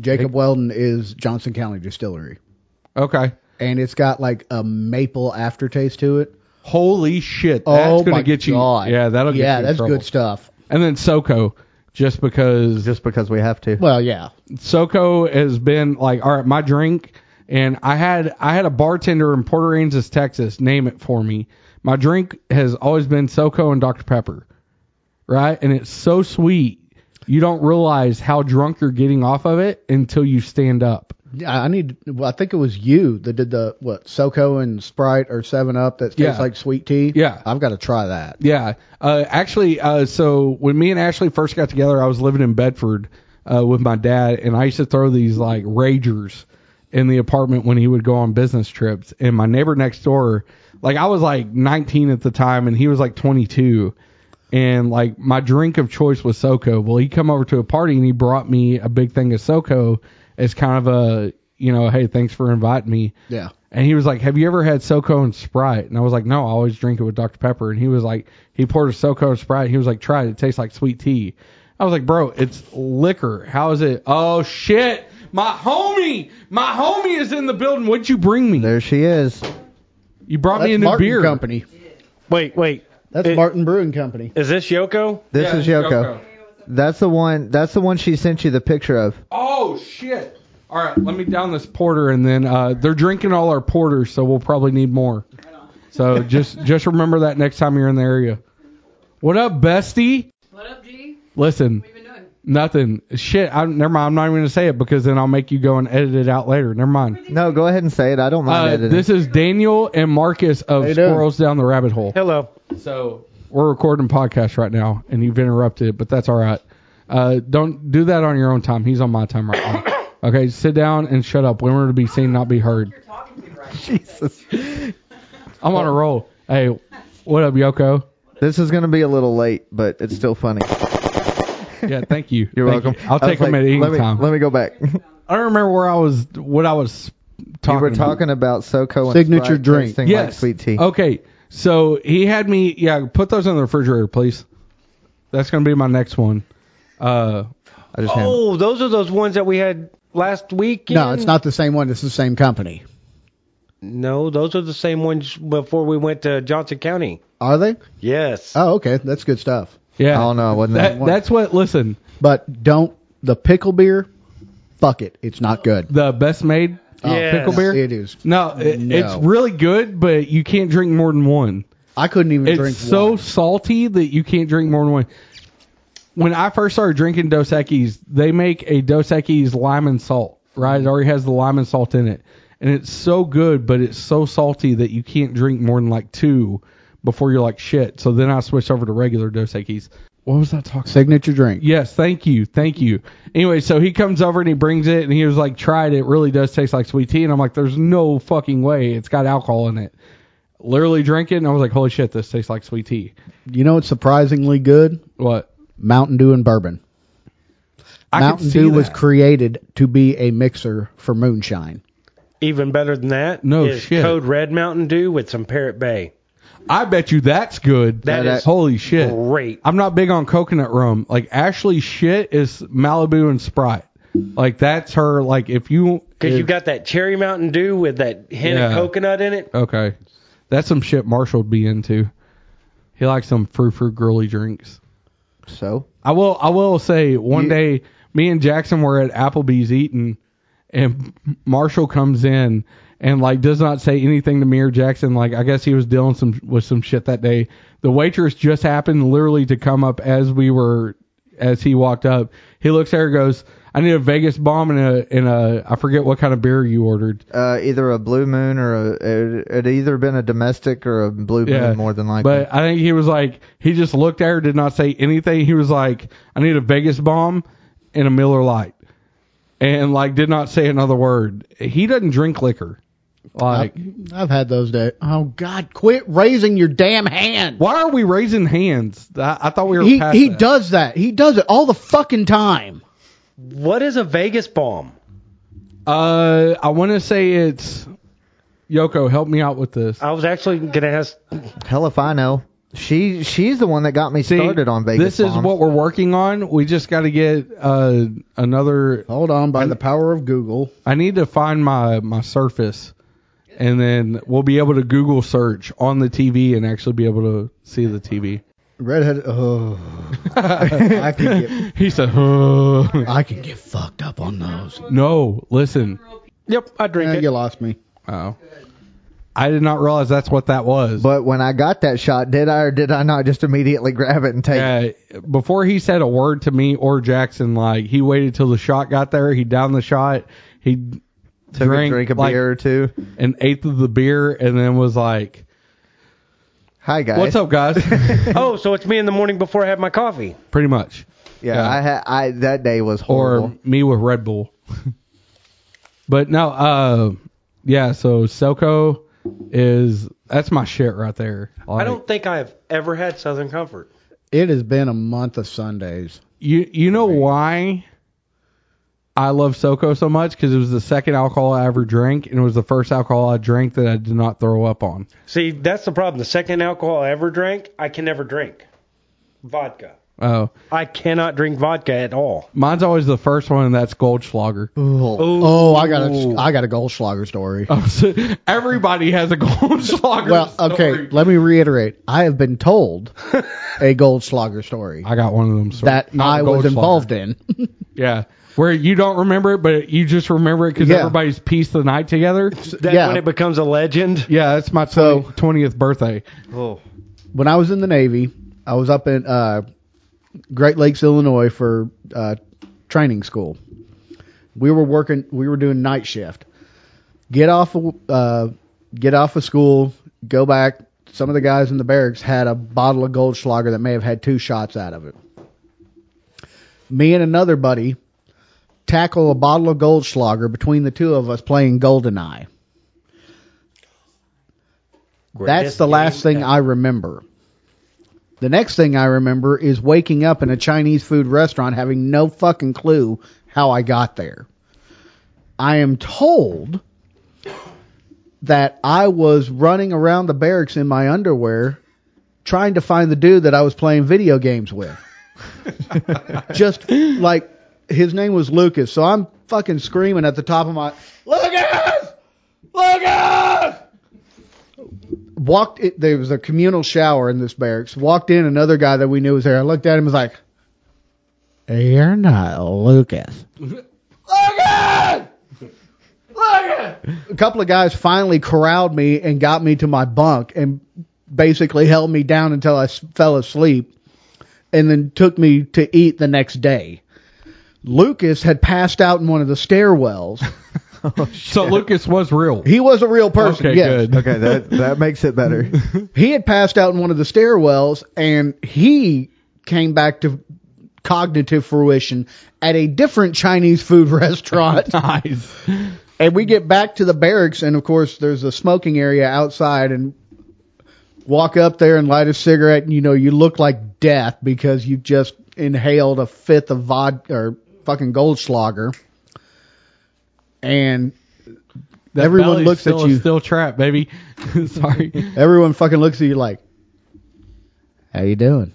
Jacob Weldon is Johnson County Distillery, Okay. and it's got like a maple aftertaste to it. Holy shit! That's oh gonna my get you. God. Yeah, that'll get you yeah, in that's trouble. good stuff. And then Soco, just because just because we have to. Well, yeah, Soko has been like, all right, my drink, and I had I had a bartender in Port Aransas, Texas, name it for me. My drink has always been Soko and Dr Pepper, right? And it's so sweet. You don't realize how drunk you're getting off of it until you stand up. I I need. Well, I think it was you that did the what Soco and Sprite or Seven Up that tastes Yeah. like sweet tea. Yeah. I've got to try that. Yeah. Uh, actually, uh, so when me and Ashley first got together, I was living in Bedford uh, with my dad, and I used to throw these like ragers in the apartment when he would go on business trips. And my neighbor next door, like I was like 19 at the time, and he was like 22. And like my drink of choice was SoCo. Well, he come over to a party and he brought me a big thing of SoCo as kind of a you know, hey, thanks for inviting me. Yeah. And he was like, "Have you ever had SoCo and Sprite?" And I was like, "No, I always drink it with Dr Pepper." And he was like, he poured a SoCo and Sprite. And he was like, "Try it. It tastes like sweet tea." I was like, "Bro, it's liquor. How is it?" Oh shit! My homie, my homie is in the building. What'd you bring me? There she is. You brought That's me a new Martin beer. Company. Wait, wait. That's It- Martin Brewing Company. Is this Yoko? This Yeah, is Yoko. Yoko. That's the one. That's the one she sent you the picture of. Oh shit! All right, let me down this porter, and then uh, they're drinking all our porters, so we'll probably need more. So just just remember that next time you're in the area. What up, bestie? What up, G? Listen. What you been doing? Nothing. Shit. I, never mind. I'm not even gonna say it because then I'll make you go and edit it out later. Never mind. No, go ahead and say it. I don't mind Uh, editing. this is Daniel and Marcus of How you doing? Squirrels Down the Rabbit Hole. Hello. So we're recording podcast right now, and you've interrupted it, but that's all right. Uh, don't do that on your own time. He's on my time right now. Okay, sit down and shut up. Women are to be seen, not be heard. You're talking to right Jesus. I'm on a roll. Hey, what up, Yoko? This is going to be a little late, but it's still funny. Yeah, thank you. You're Thank welcome. you. I'll I was take them like, at any let me, time. Let me go back. I don't remember where I was, what I was talking. you were about. talking about SoCo and Signature Sprite drink. tasting Yes. like sweet tea. Okay. So he had me. Yeah, put those in the refrigerator, please. That's gonna be my next one. Uh, I just hand- Oh, those are those ones that we had last week. No, it's not the same one. It's the same company. No, those are the same ones before we went to Johnson County. Are they? Yes. Oh, okay. That's good stuff. yeah. Oh, no, it wasn't that one. That's what. Listen, But don't the pickle beer. Fuck it. It's not good. the best made uh, Yes. pickle beer. It is. no, it, No. it's really good, but you can't drink more than one. I couldn't even It's drink so one. salty that you can't drink more than one. When I first started drinking Dos Equis, they make a Dos Equis lime and salt, right? It already has the lime and salt in it. And it's so good, but it's so salty that you can't drink more than like two before you're like shit. So then I switched over to regular Dos Equis. What was that talking signature drink. Yes, thank you, thank you. Anyway, so he comes over and he brings it and he was like, "Try it. It really does taste like sweet tea." And I'm like, "There's no fucking way. It's got alcohol in it." Literally drink it and I was like, "Holy shit, this tastes like sweet tea." You know it's surprisingly good? What? Mountain Dew and bourbon. I can Mountain see Dew was that. created to be a mixer for moonshine. Even better than that. No is shit. Code Red Mountain Dew with some Parrot Bay. I bet you that's good. That That is holy shit. great. I'm not big on coconut rum. Like Ashley shit is Malibu and Sprite. Like that's her. Like if you Because you if- got that cherry Mountain Dew with that hint of Yeah. coconut in it. okay, that's some shit Marshall would be into. He likes some frou frou girly drinks. So I will. I will say one You- day, me and Jackson were at Applebee's eating, and Marshall comes in and like does not say anything to me or Jackson. Like I guess he was dealing some with some shit that day. The waitress just happened literally to come up as we were as he walked up. He looks at her, and goes, "I need a Vegas bomb and a and a I forget what kind of beer you ordered." Uh, either a blue moon or a it had either been a domestic or a blue moon more than likely. But I think he was like, he just looked at her, did not say anything. He was like, I need a Vegas bomb and a Miller Light, and like did not say another word. He doesn't drink liquor. Like, Uh, I've had those days. Oh God, quit raising your damn hand. why are we raising hands? I, I thought we were. He past he that. does that. He does it all the fucking time. What is a Vegas bomb? Uh, I want to say it's Yoko. Help me out with this. I was actually gonna ask. Hell if I know. She she's the one that got me See, started on Vegas. This is bombs. what we're working on. We just got to get uh another. Hold on, by the power of Google. I need to find my my Surface, and then we'll be able to Google search on the TV and actually be able to see the TV. Redhead. Oh, I can get He said, "Huh." I can get fucked up on those. "No, listen." Yep, I drink Eh, it. you lost me. Oh, I did not realize that's what that was. But when I got that shot, did I or did I not just immediately grab it and take it? Yeah, Uh, before he said a word to me or Jackson, like he waited till the shot got there. He downed the shot. He Took drank, a drink a like, beer or two. an eighth of the beer, and then was like, Hi guys. "What's up, guys?" Oh, so it's me in the morning before I have my coffee. Pretty much, Yeah, Yeah. I ha- I that day was or horrible. me with Red Bull. but no, uh, yeah. So Soko is that's my shit right there. Like, I don't think I have ever had Southern Comfort. It has been a month of Sundays. You you know why I love Soko so much? Because it was the second alcohol I ever drank, and it was the first alcohol I drank that I did not throw up on. See, that's the problem. The second alcohol I ever drank, I can never drink vodka. Oh, I cannot drink vodka at all. mine's always the first one, and that's Goldschlager. Oh, I got a I got a Goldschlager story. Everybody has a Goldschlager. well, okay, story. let me reiterate. I have been told a Goldschlager story I got one of them. Sorry. that I was involved in. Yeah, where you don't remember it, but you just remember it because Yeah. everybody's pieced the night together. That Yeah. when it becomes a legend. Yeah, that's my So- twentieth birthday. Oh. when I was in the Navy, I was up in uh, Great Lakes, Illinois for uh, training school. We were working. We were doing night shift. Get off of uh, get off of school. Go back. Some of the guys in the barracks had a bottle of Goldschlager that may have had two shots out of it. Me and another buddy tackle a bottle of Goldschlager between the two of us playing Goldeneye. That's Greatest the last game uh, thing ever. I remember. The next thing I remember is waking up in a Chinese food restaurant having no fucking clue how I got there. I am told that I was running around the barracks in my underwear trying to find the dude that I was playing video games with. Just like his name was Lucas, so I'm fucking screaming at the top of my Lucas! Lucas! Walked it, there was a communal shower in this barracks. Walked in, another guy that we knew was there. I looked at him, was like, "You're not Lucas." Lucas! a couple of guys finally corralled me and got me to my bunk and basically held me down until I s- fell asleep and then took me to eat the next day. Lucas had passed out in one of the stairwells. So Lucas was real. He was a real person. okay, yes. good. okay, that that makes it better. He had passed out in one of the stairwells and he came back to cognitive fruition at a different Chinese food restaurant. Nice. And we get back to the barracks, and of course, there's a smoking area outside, and walk up there and light a cigarette, and you know, you look like death because you just inhaled a fifth of vodka or fucking Goldschlager. And That Everyone belly looks still at you. is Still trapped, baby. Sorry. everyone fucking looks at you like, How you doing?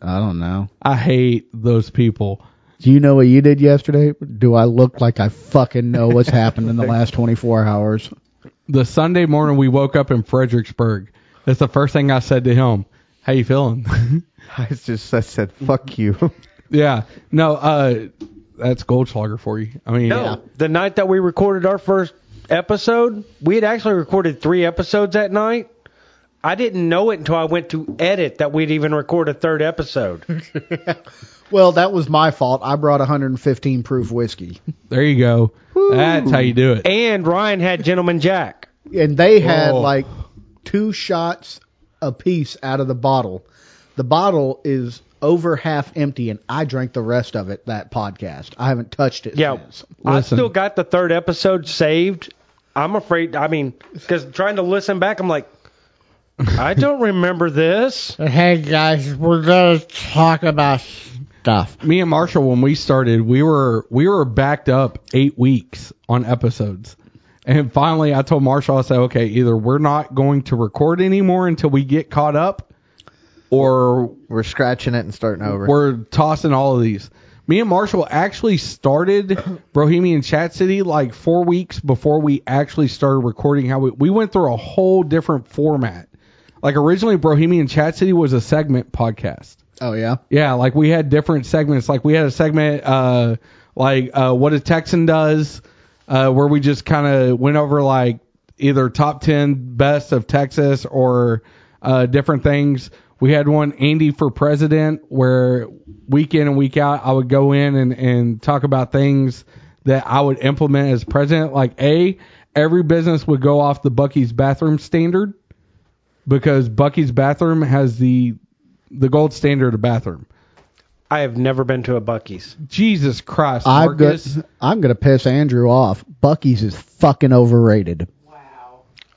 I don't know. I hate those people. Do you know what you did yesterday? Do I look like I fucking know what's happened in the last 24 hours? The Sunday morning we woke up in Fredericksburg. That's the first thing I said to him. How you feeling? I just I said fuck you. Yeah. No, uh that's Goldschlager for you. I mean, No, the night that we recorded our first episode, we had actually recorded three episodes that night. I didn't know it until I went to edit that we'd even record a third episode. Well, that was my fault. I brought 115 proof whiskey, there you go. That's how you do it. and Ryan had Gentleman Jack. and they had Whoa. like two shots apiece out of the bottle. The bottle is over half empty, and I drank the rest of it that podcast. I haven't touched it. Yeah, since. I Listen. still got the third episode saved. I'm afraid. I mean, because trying to listen back, I'm like, I don't remember this. Hey guys, we're gonna talk about stuff. Me and Marshall, when we started, we were we were backed up eight weeks on episodes, and finally, I told Marshall, I said, okay, either we're not going to record anymore until we get caught up, or We're scratching it and starting over. we're tossing all of these. Me and Marshall actually started Bohemian Chat City like four weeks before we actually started recording. How we, we went through a whole different format. Like originally, Bohemian Chat City was a segment podcast. Oh yeah. Yeah, like we had different segments. Like we had a segment uh like uh what a Texan does, uh where we just kinda went over like either top ten best of Texas or uh different things. We had one Andy for president where week in and week out I would go in and, and talk about things that I would implement as president. Like A, every business would go off the Bucky's bathroom standard because Bucky's bathroom has the the gold standard of bathroom. I have never been to a Bucky's. Jesus Christ, I'm gonna, Marcus. I'm gonna piss Andrew off. Bucky's is fucking overrated.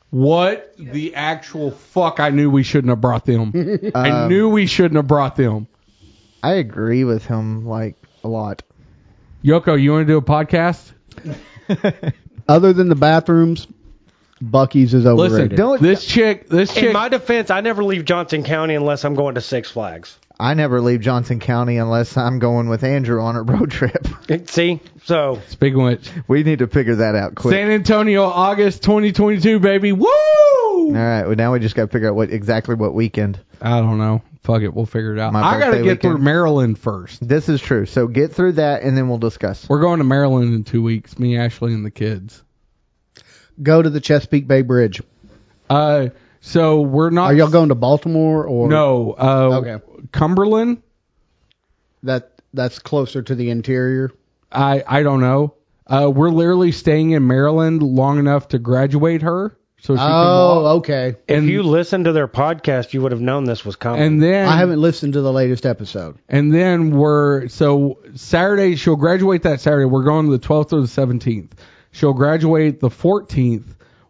What the actual fuck? I knew we shouldn't have brought them. I knew we shouldn't have brought them. I agree with him like a lot. Yoko, you want to do a podcast? Other than the bathrooms, Bucky's is overrated. Listen, Don't- this chick, this In chick, my defense, I never leave Johnson County unless I'm going to Six Flags. I never leave Johnson County unless I'm going with Andrew on a road trip. See, so speaking of which, we need to figure that out quick. San Antonio, August 2022, baby. Woo! All right. Well, now we just got to figure out what exactly what weekend. I don't know. Fuck it, we'll figure it out. My I gotta birthday get through weekend. Maryland first. This is true. So get through that, and then we'll discuss. We're going to Maryland in two weeks. Me, Ashley, and the kids. Go to the Chesapeake Bay Bridge. Uh, so we're not. Are y'all going to Baltimore or No. Uh, Okay. Cumberland. That that's closer to the interior. I I don't know. Uh, we're literally staying in Maryland long enough to graduate her, so she can walk. Oh, okay. And, if you listened to their podcast, you would have known this was coming. and then I haven't listened to the latest episode. and then we're so Saturday she'll graduate that Saturday. We're going to the 12th or the 17th. She'll graduate the 14th.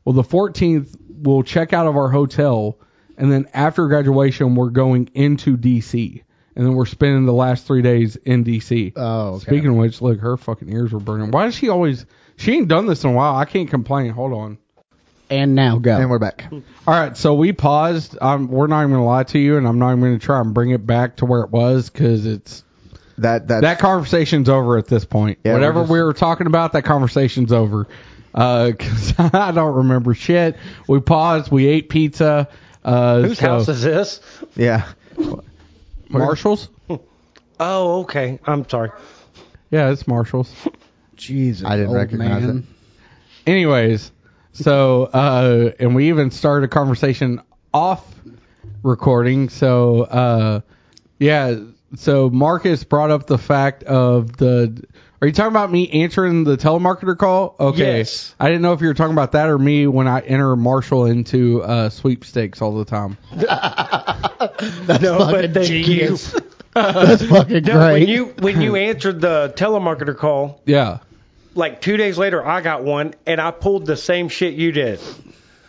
Well, the 14th we'll check out of our hotel, and then after graduation we're going into D.C. and then we're spending the last three days in D.C. Oh, okay. Speaking of which, look, her fucking ears were burning. Why does she always? She ain't done this in a while. I can't complain. Hold on. And now go. And we're back. All right, so we paused. Um, we're not even gonna lie to you, and I'm not even gonna try and bring it back to where it was because it's That that's that conversation's over at this point. Yeah, Whatever we're just- we were talking about, that conversation's over. Because I don't remember shit. We paused. We ate pizza. Uh, whose so- house is this? yeah. Marshalls? Oh, okay. I'm sorry. Yeah, it's Marshalls. Jesus, I didn't old recognize man. it. Anyways, so uh, and we even started a conversation off recording. So uh, yeah, so Marcus brought up the fact of the. Are you talking about me answering the telemarketer call? Okay. Yes. I didn't know if you were talking about that or me when I enter Marshall into uh, sweepstakes all the time. That's fucking but they- genius. that's fucking No, great. when you when you answered the telemarketer call, Yeah. like two days later, I got one, and I pulled the same shit you did.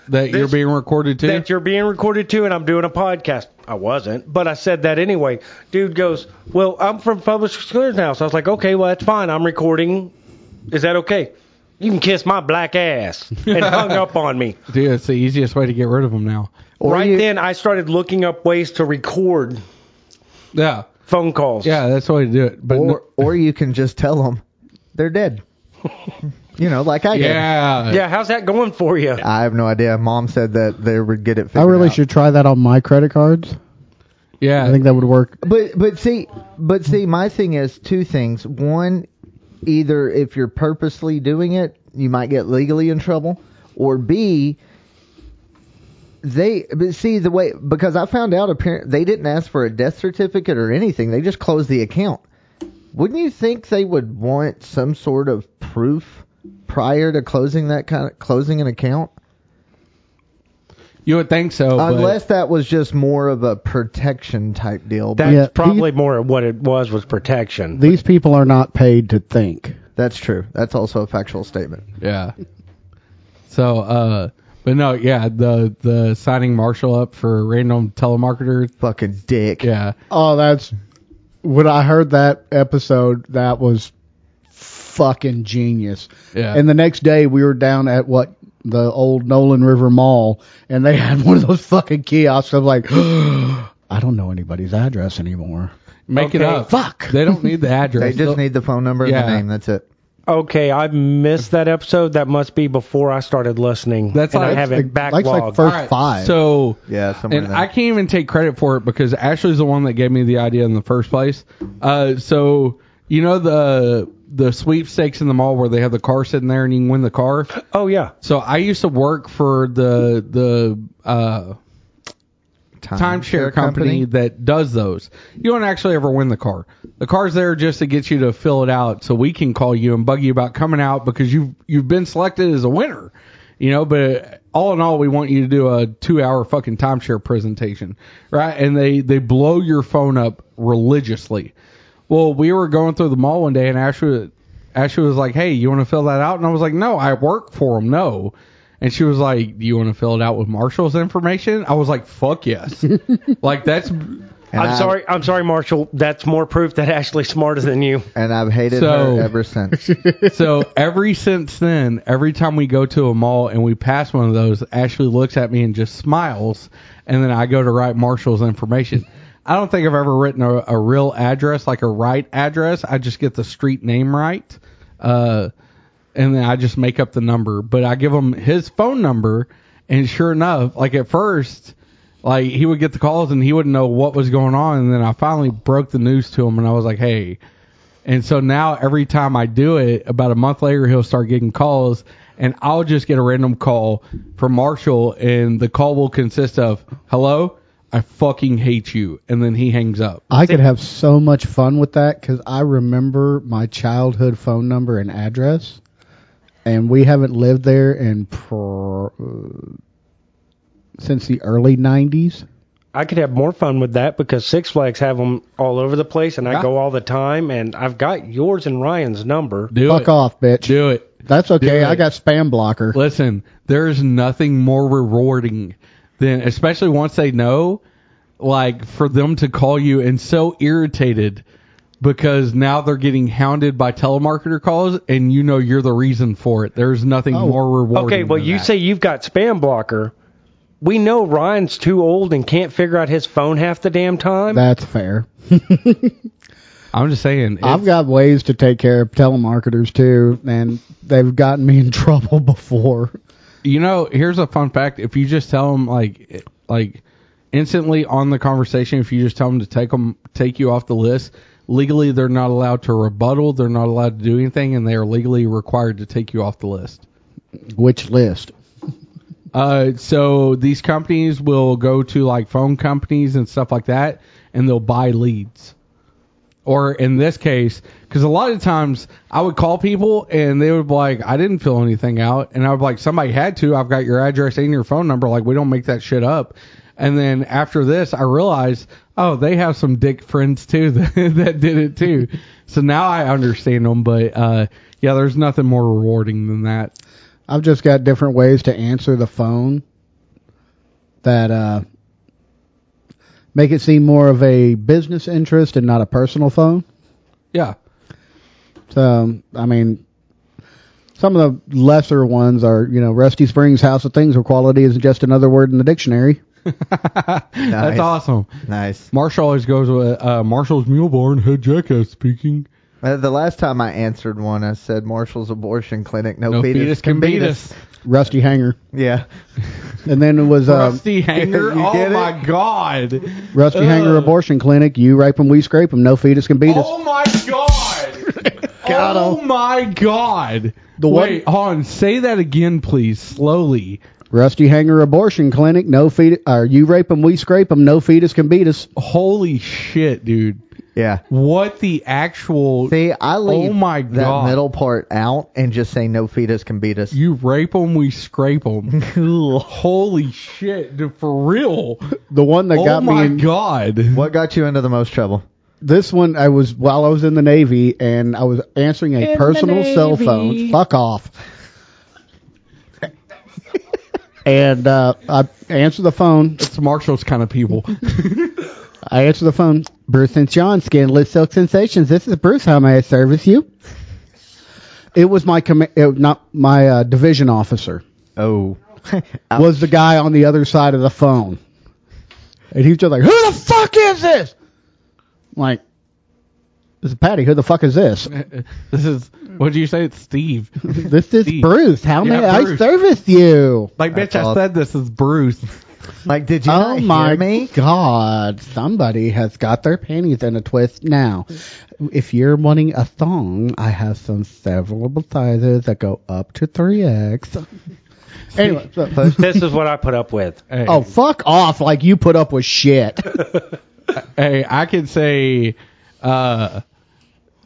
That you're being recorded too. That you're being recorded too, and I'm doing a podcast. I wasn't, but I said that anyway. Dude goes, "Well, I'm from Publishers Clearinghouse." I was like, "Okay, well that's fine. I'm recording. Is that okay?" You can kiss my black ass, and hung up on me. Dude, it's the easiest way to get rid of them now. Or right you- then, I started looking up ways to record Yeah. phone calls. Yeah, that's the way to do it. But Or or you can just tell them they're dead. you know, like I no- did. yeah. yeah. How's that going for you? I have no idea. Mom said that they would get it figured I really out. should try that on my credit cards. Yeah. I think that would work. But but see but see my thing is two things. One, either if you're purposely doing it, you might get legally in trouble, or B, they but see the way because I found out apparent they didn't ask for a death certificate or anything. They just closed the account. Wouldn't you think they would want some sort of proof prior to closing that kind of closing an account? You would think so, but- Unless that was just more of a protection type deal. That's Yeah, probably more what it was was protection. These people are not paid to think. That's true. That's also a factual statement. Yeah. So, uh, but no, yeah, the the signing Marshall up for random telemarketer. Fucking dick. Yeah, Oh, that's when I heard that episode. That was fucking genius. Yeah. And the next day we were down at what the old Nolan River Mall, and they had one of those fucking kiosks. I'm like, I don't know anybody's address anymore. make it Okay, up. fuck. They don't need the address. They just need the phone number and the Yeah. name. That's it. Okay, I missed that episode. That must be before I started listening. That's and I like- have it Like- like- backlogged. like first five. So Yeah, somewhere and there. I can't even take credit for it because Ashley's the one that gave me the idea in the first place. Uh, so you know the the sweepstakes in the mall where they have the car sitting there and you can win the car. oh yeah, So I used to work for the the uh, timeshare company, that does those. You don't actually ever win the car. The car's there just to get you to fill it out, so we can call you and bug you about coming out because you've you've been selected as a winner. You know, but all in all, we want you to do a two-hour fucking timeshare presentation, right? And they they blow your phone up religiously. Well, we were going through the mall one day, and Ashley, Ashley was like, "Hey, you want to fill that out?" And I was like, "No, I work for him. No." And she was like, "Do you want to fill it out with Marshall's information?" I was like, "Fuck yes!" like that's And I'm I- sorry. I'm sorry, Marshall. That's more proof that Ashley's smarter than you. And I've hated So- her ever since. so. Every since then, every time we go to a mall and we pass one of those, Ashley looks at me and just smiles, and then I go to write Marshall's information. I don't think I've ever written a, a real address, like a right address. I just get the street name right. Uh, and then I just make up the number. But I give him his phone number, and sure enough, like at first, like he would get the calls and he wouldn't know what was going on. And then I finally broke the news to him, and I was like, hey. And so now every time I do it, about a month later, he'll start getting calls, and I'll just get a random call from Marshall, and the call will consist of, hello. I fucking hate you, and then he hangs up. I could have so much fun with that because I remember my childhood phone number and address, and we haven't lived there in pr- uh, since the early '90s. I could have more fun with that because Six Flags have them all over the place, and I Yeah. go all the time. And I've got yours and Ryan's number. Do Fuck it. off, bitch. Do it. That's okay. Do it. I got spam blocker. Listen, there is nothing more rewarding than, especially once they know, like for them to call you and so irritated because now they're getting hounded by telemarketer calls and you know you're the reason for it. There's nothing more rewarding. Oh. Okay, well, than you that. say you've got spam blocker. We know Ryan's too old and can't figure out his phone half the damn time. That's fair. I'm just saying. I've got ways to take care of telemarketers too, and they've gotten me in trouble before. You know, here's a fun fact. If you just tell them like it- like instantly on the conversation, if you just tell them to take 'em- take you off the list, legally they're not allowed to rebuttal, they're not allowed to do anything, and they are legally required to take you off the list. Which list? Uh, so these companies will go to like phone companies and stuff like that, and they'll buy leads. Or in this case, because a lot of times I would call people and they would be like, I didn't fill anything out. And I would be like, somebody had to. I've got your address and your phone number. Like, we don't make that shit up. And then after this, I realized, oh, they have some dick friends too that, that did it too. So now I understand them. But uh, yeah, there's nothing more rewarding than that. I've just got different ways to answer the phone that uh, make it seem more of a business interest and not a personal phone. Yeah. So, I mean, some of the lesser ones are, you know, Rusty Springs House of Things, where quality is just another word in the dictionary. That's awesome. nice. Marshall always goes with uh, Marshall's Muleborn, head jackass speaking. Uh, the last time I answered one, I said Marshall's abortion clinic. No, No fetus, can beat us. Rusty Hanger. Yeah. And then it was uh, Rusty Hanger? you oh get it? my god. Rusty Hanger Abortion Clinic. You rape 'em, we scrape 'em. No fetus can beat us. Oh my Oh god. Got oh 'em. my god. The one- Wait, Han, say that again, please, slowly. Rusty Hanger Abortion Clinic. No fetus. Or you rape 'em, we scrape 'em. No fetus can beat us. Holy shit, dude. Yeah. What the actual. See, I leave Oh my that God. middle part out and just say no fetus can beat us. you rape them, we scrape them. Holy shit, dude, for real. The one that Oh got me my in god. What got you into the most trouble? this one I was while I was in the Navy and I was answering a personal cell phone. Fuck off. and uh, I answer the phone. It's Marshall's kind of people. I answer the phone. Bruce and John, Skinless Silk Sensations. This is Bruce. How may I service you? It was my comm- it, not my uh, division officer Oh. was the guy on the other side of the phone, and he was just like, "Who the fuck is this?" I'm like, this is Patty. Who the fuck is this? this is. What did you say? It's Steve. This is Steve. Bruce. How Yeah, may I Bruce. service you? Like, bitch, I all. said this is Bruce. like, did you oh not my hear me? God! Somebody has got their panties in a twist now. If you're wanting a thong, I have some several sizes that go up to three X. anyway, so- this is what I put up with. Hey. oh fuck off! Like you put up with shit. Hey, I could say uh,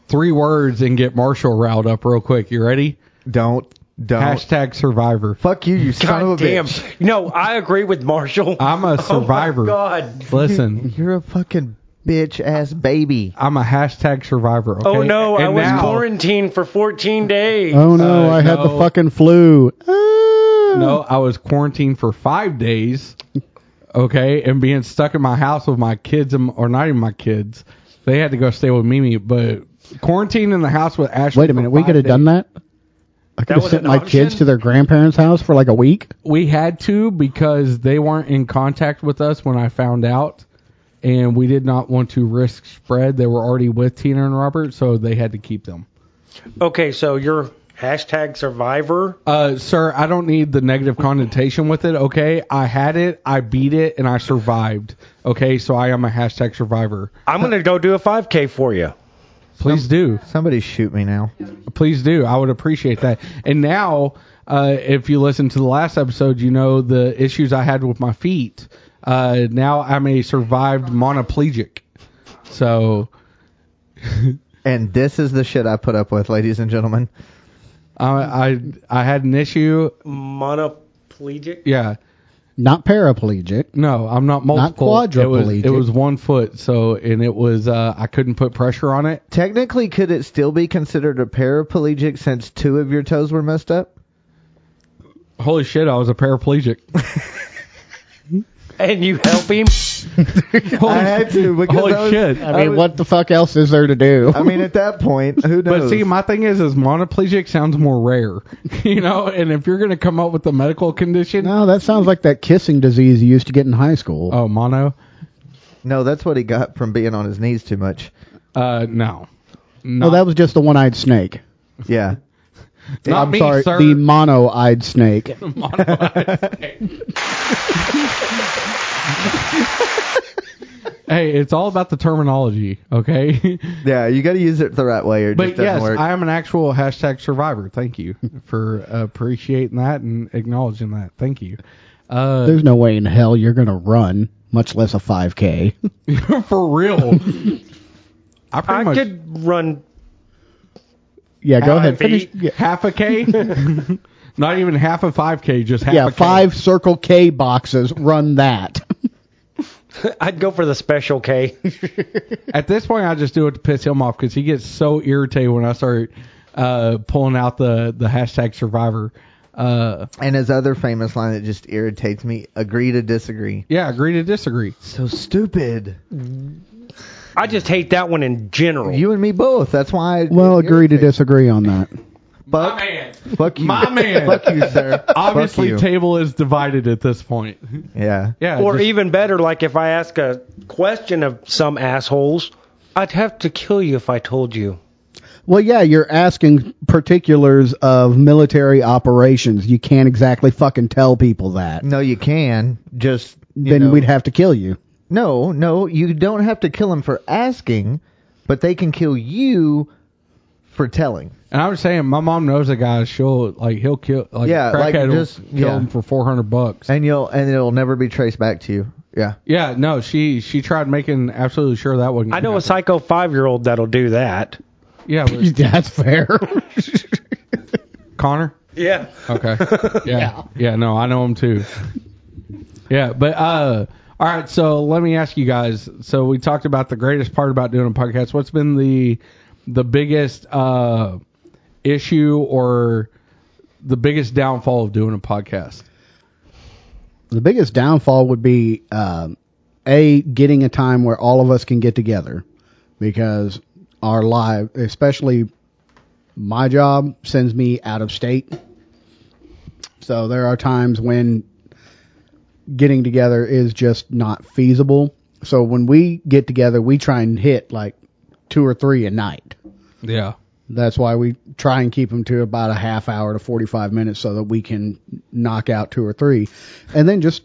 three words and get Marshall riled up real quick. You ready? Don't. Don't. Hashtag survivor. Fuck you, you son of a God damn. bitch. No, I agree with Marshall. I'm a survivor. Oh my God. Listen, You're a fucking bitch ass baby. I'm a hashtag survivor. Okay? Oh no, I And was now- quarantined for 14 days. Oh no! Uh, I had no. the fucking flu. Ah. No, I was quarantined for five days. Okay, and being stuck in my house with my kids, and, or not even my kids. They had to go stay with Mimi, but quarantined in the house with Ashley. Wait a for minute. We five could have days. done that. I could have was sent an my kids option? to their grandparents' house for like a week. we had to because they weren't in contact with us when I found out, and we did not want to risk spread. They were already with Tina and Robert, so they had to keep them. Okay, so you're hashtag survivor. Uh, sir, I don't need the negative connotation with it. Okay, I had it, I beat it, and I survived. Okay, so I am a hashtag survivor. I'm gonna go do a 5K for you. Please do, Somebody shoot me now. please do. I would appreciate that. And now, uh, if you listen to the last episode, you know the issues I had with my feet. Uh, now I'm a survived monoplegic. So And this is the shit I put up with, ladies and gentlemen. I I I had an issue. Monoplegic. Yeah. Not paraplegic. No, I'm not multiple. quadriplegic. It was, it was one foot. So and it was uh, I couldn't put pressure on it. Technically, could it still be considered a paraplegic since two of your toes were messed up? Holy shit! I was a paraplegic. And you help him. Holy, I had to because holy I was- shit! I mean, was- what the fuck else is there to do? I mean, at that point, who knows? But see, my thing is, is monoplegic sounds more rare, you know. And if you're gonna come up with a medical condition, no, that sounds like that kissing disease you used to get in high school. oh mono, no, that's what he got from being on his knees too much. uh, no, no, not, that was just the one-eyed snake. Yeah. not I'm me, sorry, sir. the mono-eyed snake. hey, it's all about the terminology, okay? Yeah, you got to use it the right way or it But just doesn't yes, work. I am an actual hashtag survivor. Thank you for appreciating that and acknowledging that. Thank you. Uh, There's no way in hell you're gonna run, much less a 5K. for real. I pretty I much could run. yeah, go ahead. Five Finish. feet. Yeah, half a K. Not even half a 5K, just half yeah a K. five Circle K boxes. Run that. I'd go for the special K. At this point, I just do it to piss him off because he gets so irritated when I start uh, pulling out the, the hashtag survivor. Uh, and his other famous line that just irritates me agree to disagree. yeah, agree to disagree. So stupid. I just hate that one in general. You and me both. That's why. it Well, agree to irritates- disagree on that. Fuck, Man. fuck you. My man. Fuck you, sir. Fuck Obviously, you. table is divided at this point. yeah. Yeah. or just- even better, like if I ask a question of some assholes, I'd have to kill you if I told you. Well, yeah, you're asking particulars of military operations. You can't exactly fucking tell people that. Mm, No, you can. Just. you then know- we'd have to kill you. No, no, you don't have to kill him for asking, but they can kill you for telling. And I'm just saying, my mom knows a guy. She'll like he'll kill like Yeah, like, crackhead will just- kill yeah. him for four hundred bucks. And you'll and it'll never be traced back to you. Yeah. yeah, no, she she tried making absolutely sure that wasn't. I know gonna a happen. psycho five year old that'll do that. Yeah, but That's fair. Connor. Yeah. Okay. Yeah. yeah. No, I know him too. Yeah, but uh, all right. So let me ask you guys. So we talked about the greatest part about doing a podcast. What's been the the biggest uh issue or the biggest downfall of doing a podcast? the biggest downfall would be um, a getting a time where all of us can get together because our live, especially my job, sends me out of state. So there are times when getting together is just not feasible. So when we get together, we try and hit like two or three a night. Yeah. That's why we try and keep them to about a half hour to 45 minutes so that we can knock out two or three. And then just,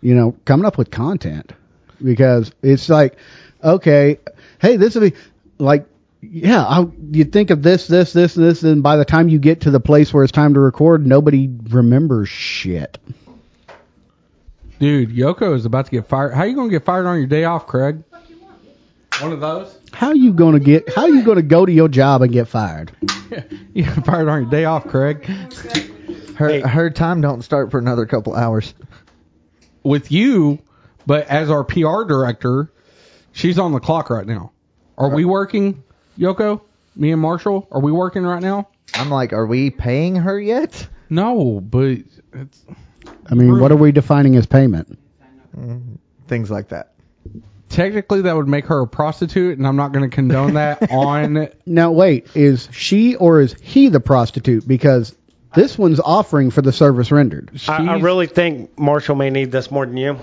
you know, coming up with content because it's like, okay, hey, this will be like, yeah, I, you think of this, this, this, and this, and by the time you get to the place where it's time to record, nobody remembers shit. Dude, Yoko is about to get fired. How you gonna get fired on your day off, Craig? One of those. How you gonna get? How you gonna go to your job and get fired? You got fired on your day off, Craig. Her Hey. her time don't start for another couple hours. With you, but as our PR director, she's on the clock right now. Are we working, Yoko? Me and Marshall, are we working right now? I'm like, are we paying her yet? No, but it's, I mean, what are we defining as payment? Things like that. technically that would make her a prostitute, and I'm not going to condone that on. Now wait, is she or is he the prostitute? Because this one's offering for the service rendered. I, I She's- really think Marshall may need this more than you.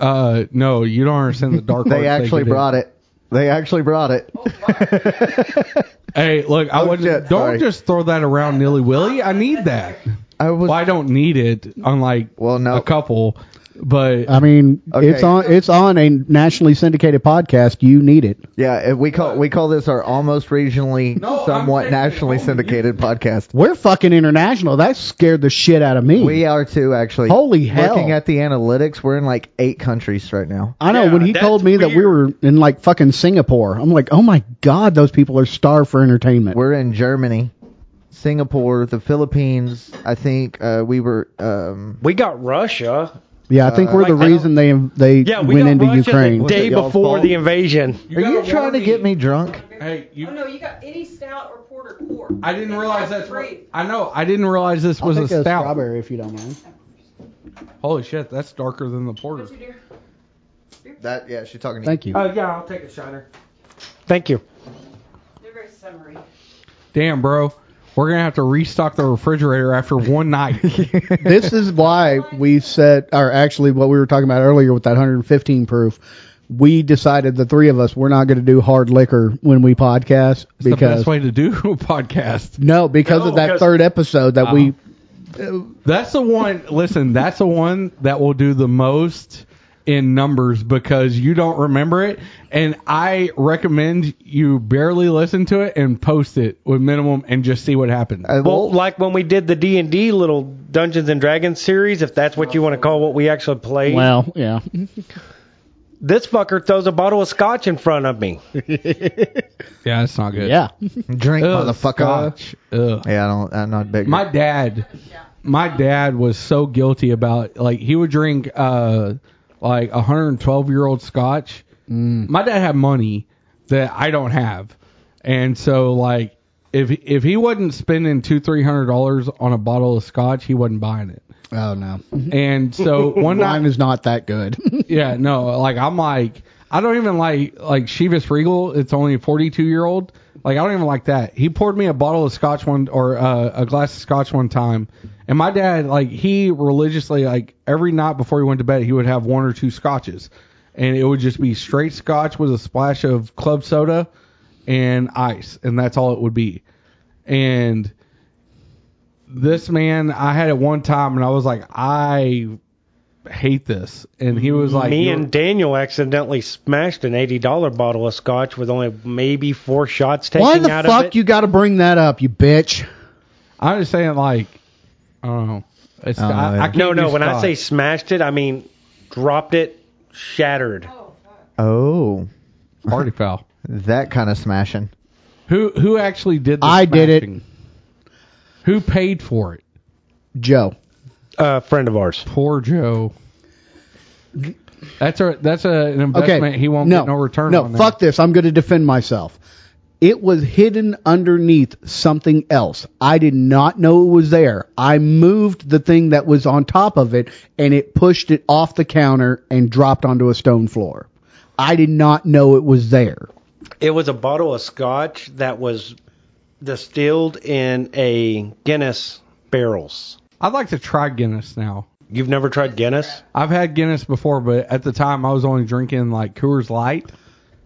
Uh, no, you don't understand the dark. They actually brought it. They actually brought it. Hey, look, I wouldn't. Oh, shit, don't sorry. just throw that around nilly willy. I need that. I was Well, I don't need it, unlike Well, no. a couple. But I mean, Okay. it's on it's on a nationally syndicated podcast. You need it. yeah. We call we call this our almost regionally, No, I'm somewhat saying- nationally syndicated podcast. We're fucking international. That scared the shit out of me. We are too, actually. Holy hell. Looking at the analytics, we're in like eight countries right now. I know Yeah, when he that's told me that we were in like fucking Singapore. I'm like, "Oh my god, those people are starved for entertainment." We're in Germany, Singapore, the Philippines. I think uh, we were. Um, We got Russia. yeah, I think uh, we're the like, I reason they they Yeah, we went got into Russia Ukraine. the day it y'all's before fault? the invasion. are you trying to get me drunk? Hey, you. Oh no, you got any stout or porter core. I didn't realize that's. What, great. I know. I didn't realize this was a stout. if you don't mind. Holy shit, that's darker than the porter. What'd you do? That yeah, she's talking. to Thank you. yeah, I'll take a shiner. Thank you. They're very summery. Damn, bro, we're gonna have to restock the refrigerator after one night. this is why we said, or actually what we were talking about earlier with that 115 proof. We decided the three of us we're not going to do hard liquor when we podcast the best because way to do a podcast. no, because No, of that because- third episode that we That's the one. listen, that's the one that will do the most in numbers because you don't remember it, and I recommend you barely listen to it and post it with minimum and just see what happens. I Well, will- like when we did the D and D little Dungeons and Dragons series, if that's what you want to call what we actually played. well, yeah, This fucker throws a bottle of scotch in front of me. yeah, that's not good. yeah. drink, Ugh, motherfucker. uh, scotch. Ugh. Yeah, I don't. I'm not big. My dad, my dad was so guilty about like he would drink uh like 112 year old scotch. My dad had money that I don't have, and so like if if he wasn't spending two three hundred dollars on a bottle of scotch, he wasn't buying it. Oh no, And so one night mine is not that good. yeah, no, like I'm like I don't even like like Chivas Regal. It's only a 42 year old. Like I don't even like that. He poured me a bottle of scotch one or uh, a glass of scotch one time, and my dad like he religiously like every night before he went to bed he would have one or two scotches, and it would just be straight scotch with a splash of club soda and ice, and that's all it would be. And this man, I had it one time, and I was like, I hate this, and he was like, Me "You're- and Daniel accidentally smashed an eighty dollar bottle of scotch with only maybe four shots taken Why the out of fuck it. you got to bring that up, you bitch? I'm just saying like, I don't know. Oh, It's, don't I, know I either. can't no, no. do When I Scotch. say smashed it, I mean dropped it, shattered. Oh, fuck. Oh, party foul, that kind of smashing. who who actually did? The I did it. smashing? Who paid for it? Joe. A friend of ours. Poor Joe. That's a that's a, an Okay. investment he won't no, get no return No, on. that. fuck this. I'm going to defend myself. It was hidden underneath something else. I did not know it was there. I moved the thing that was on top of it and it pushed it off the counter and dropped onto a stone floor. I did not know it was there. It was a bottle of scotch that was distilled in a Guinness barrels. I'd like to try Guinness now. You've never tried Guinness? I've had Guinness before, but at the time I was only drinking like Coors Light.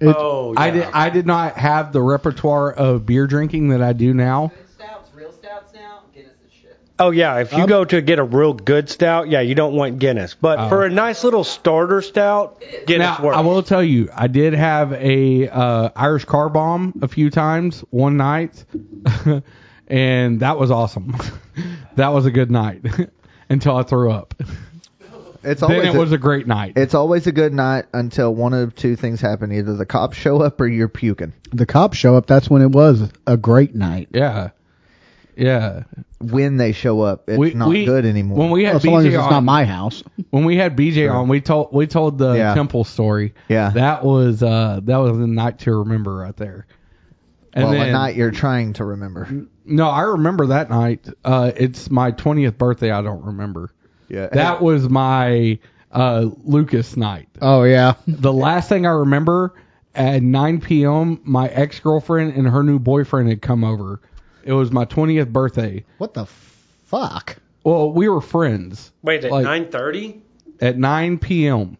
oh, I did I did not have the repertoire of beer drinking that I do now. Good stouts, real stouts now. Guinness is shit. Oh yeah, if you Um, go to get a real good stout, yeah, you don't want Guinness. But for a nice little starter stout, Guinness Oh. Now, works. I will tell you, I did have a uh, Irish car bomb a few times one night, and that was awesome. that was a good night until I threw up. It's Then always it a- was a great night. it's always a good night until one of two things happen: either the cops show up or you're puking. The cops show up. That's when it was a great night. yeah, yeah. When they show up, it's We- not we- good anymore. When we had Well, as long BJ as it's on- not my house. when we had BJ on, we told we told the Yeah. temple story. Yeah. that was uh that was the night to remember right there. And well, then, a night you're trying to remember. no, I remember that night. Uh, it's my twentieth birthday. I don't remember. Yeah, That was my uh Lucas night. Oh yeah. The last thing I remember at 9 p.m., my ex girlfriend and her new boyfriend had come over. It was my twentieth birthday. What the fuck? Well, we were friends. Wait, at Like- nine thirty? at 9 p.m.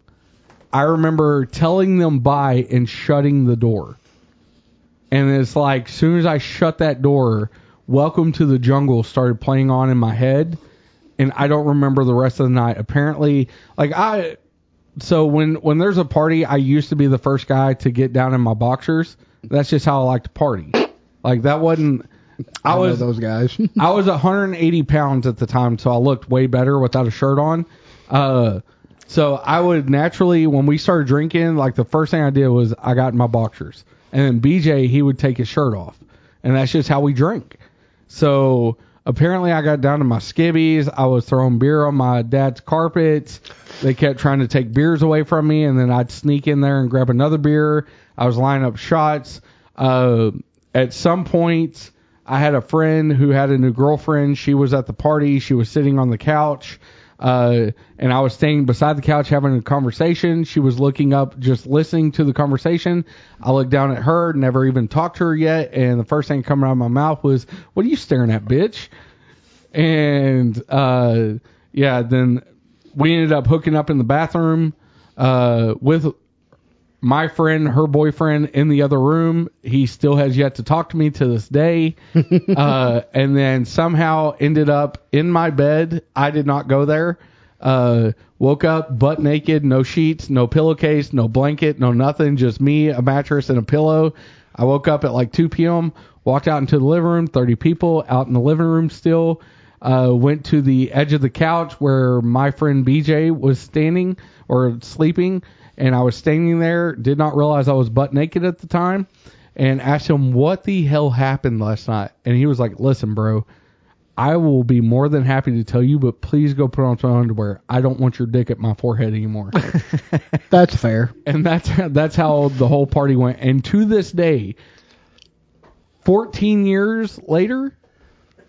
I remember telling them bye and shutting the door. And it's like, soon as I shut that door, Welcome to the Jungle started playing on in my head. And I don't remember the rest of the night. Apparently, like, I. So when when there's a party, I used to be the first guy to get down in my boxers. That's just how I like to party. Like that wasn't. I, I know was those guys. I was 180 pounds at the time, so I looked way better without a shirt on. Uh, so I would naturally, when we started drinking, like the first thing I did was I got in my boxers, and then BJ he would take his shirt off, and that's just how we drink. So apparently, I got down to my skivvies. I was throwing beer on my dad's carpets. They kept trying to take beers away from me, and then I'd sneak in there and grab another beer. I was lining up shots. Uh, at some point, I had a friend who had a new girlfriend. She was at the party. She was sitting on the couch, uh, and I was staying beside the couch having a conversation. She was looking up, just listening to the conversation. I looked down at her, never even talked to her yet, and the first thing coming out of my mouth was, "What are you staring at, bitch?" And uh, yeah, then we ended up hooking up in the bathroom uh, with my friend, her boyfriend in the other room. He still has yet to talk to me to this day. uh, and then somehow ended up in my bed. I did not go there. Uh, woke up butt naked, no sheets, no pillowcase, no blanket, no nothing, just me, a mattress, and a pillow. I woke up at like 2 p.m., walked out into the living room, 30 people out in the living room still. Uh, went to the edge of the couch where my friend BJ was standing or sleeping, and I was standing there, did not realize I was butt naked at the time, and asked him what the hell happened last night. And he was like, Listen, bro, I will be more than happy to tell you, but please go put on some underwear. I don't want your dick at my forehead anymore. That's fair. and that's that's how the whole party went. And to this day, 14 years later,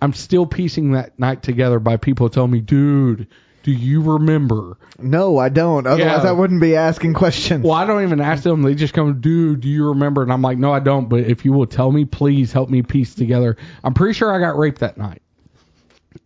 I'm still piecing that night together by people telling me, dude, do you remember? no, I don't. Otherwise, Yeah. I wouldn't be asking questions. Well, I don't even ask them. They just come, dude, do you remember? And I'm like, no, I don't. But if you will tell me, please help me piece together. I'm pretty sure I got raped that night.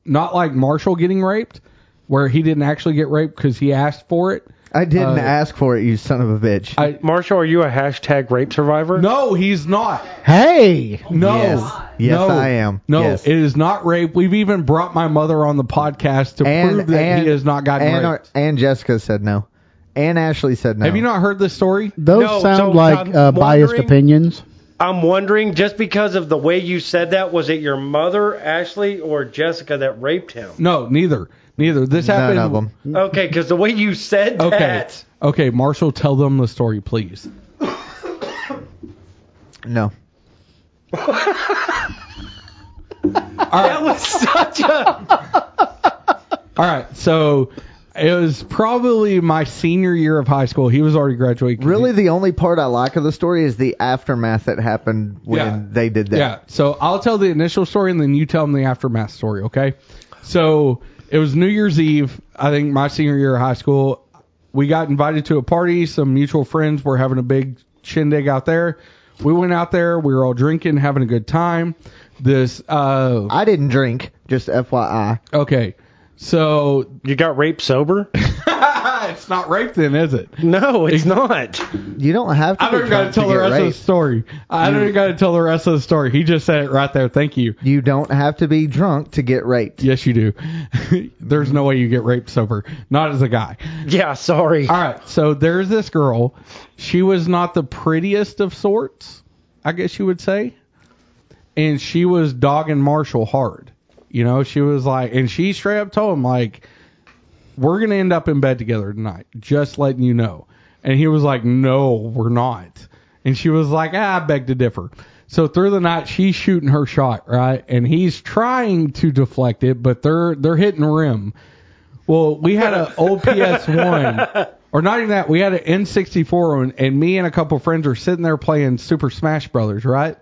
Not like Marshall getting raped, where he didn't actually get raped because he asked for it. I didn't Uh, ask for it, you son of a bitch. I- Marshall, are you a hashtag rape survivor? No, he's not. Hey. No. Yes. Yes, no, I am. No, Yes. it is not rape. We've even brought my mother on the podcast to prove that he has not gotten and, raped. and Jessica said no. And Ashley said no. Have you not heard this story? Those No, sound so like I'm uh, biased wondering- opinions. I'm wondering, just because of the way you said that, was it your mother, Ashley, or Jessica that raped him? No, neither. Neither. This None happened. of them. Okay, because the way you said Mm-hmm. Okay. that. Okay, Marshall, tell them the story, please. No. That was such a. All right, so it was probably my senior year of high school. He was already graduating. Really, the only part I like of the story is the aftermath that happened when Yeah. they did that. Yeah. So I'll tell the initial story and then you tell them the aftermath story, okay? So it was New Year's Eve, I think my senior year of high school. We got invited to a party. Some mutual friends were having a big shindig out there. We went out there. We were all drinking, having a good time. This, uh, I didn't drink, just FYI. okay. So You got raped sober? it's not rape then, is it? No, it's not. You don't have to. I don't even be got drunk to tell get the rest of raped. the story. I don't even got to tell the rest of the story. He just said it right there. Thank you. You don't have to be drunk to get raped. Yes, you do. there's no way you get raped sober, not as a guy. Yeah, sorry. All right, so there's this girl. She was not the prettiest of sorts, I guess you would say, and she was dogging Marshall hard. You know, she was like, and she straight up told him like, "We're gonna end up in bed together tonight." Just letting you know. And he was like, "No, we're not." And she was like, "Ah, I beg to differ." So through the night, she's shooting her shot, right? And he's trying to deflect it, but they're they're hitting rim. Well, we had an old PS1, or not even that. We had an N64, and, and me and a couple friends are sitting there playing Super Smash Brothers, right?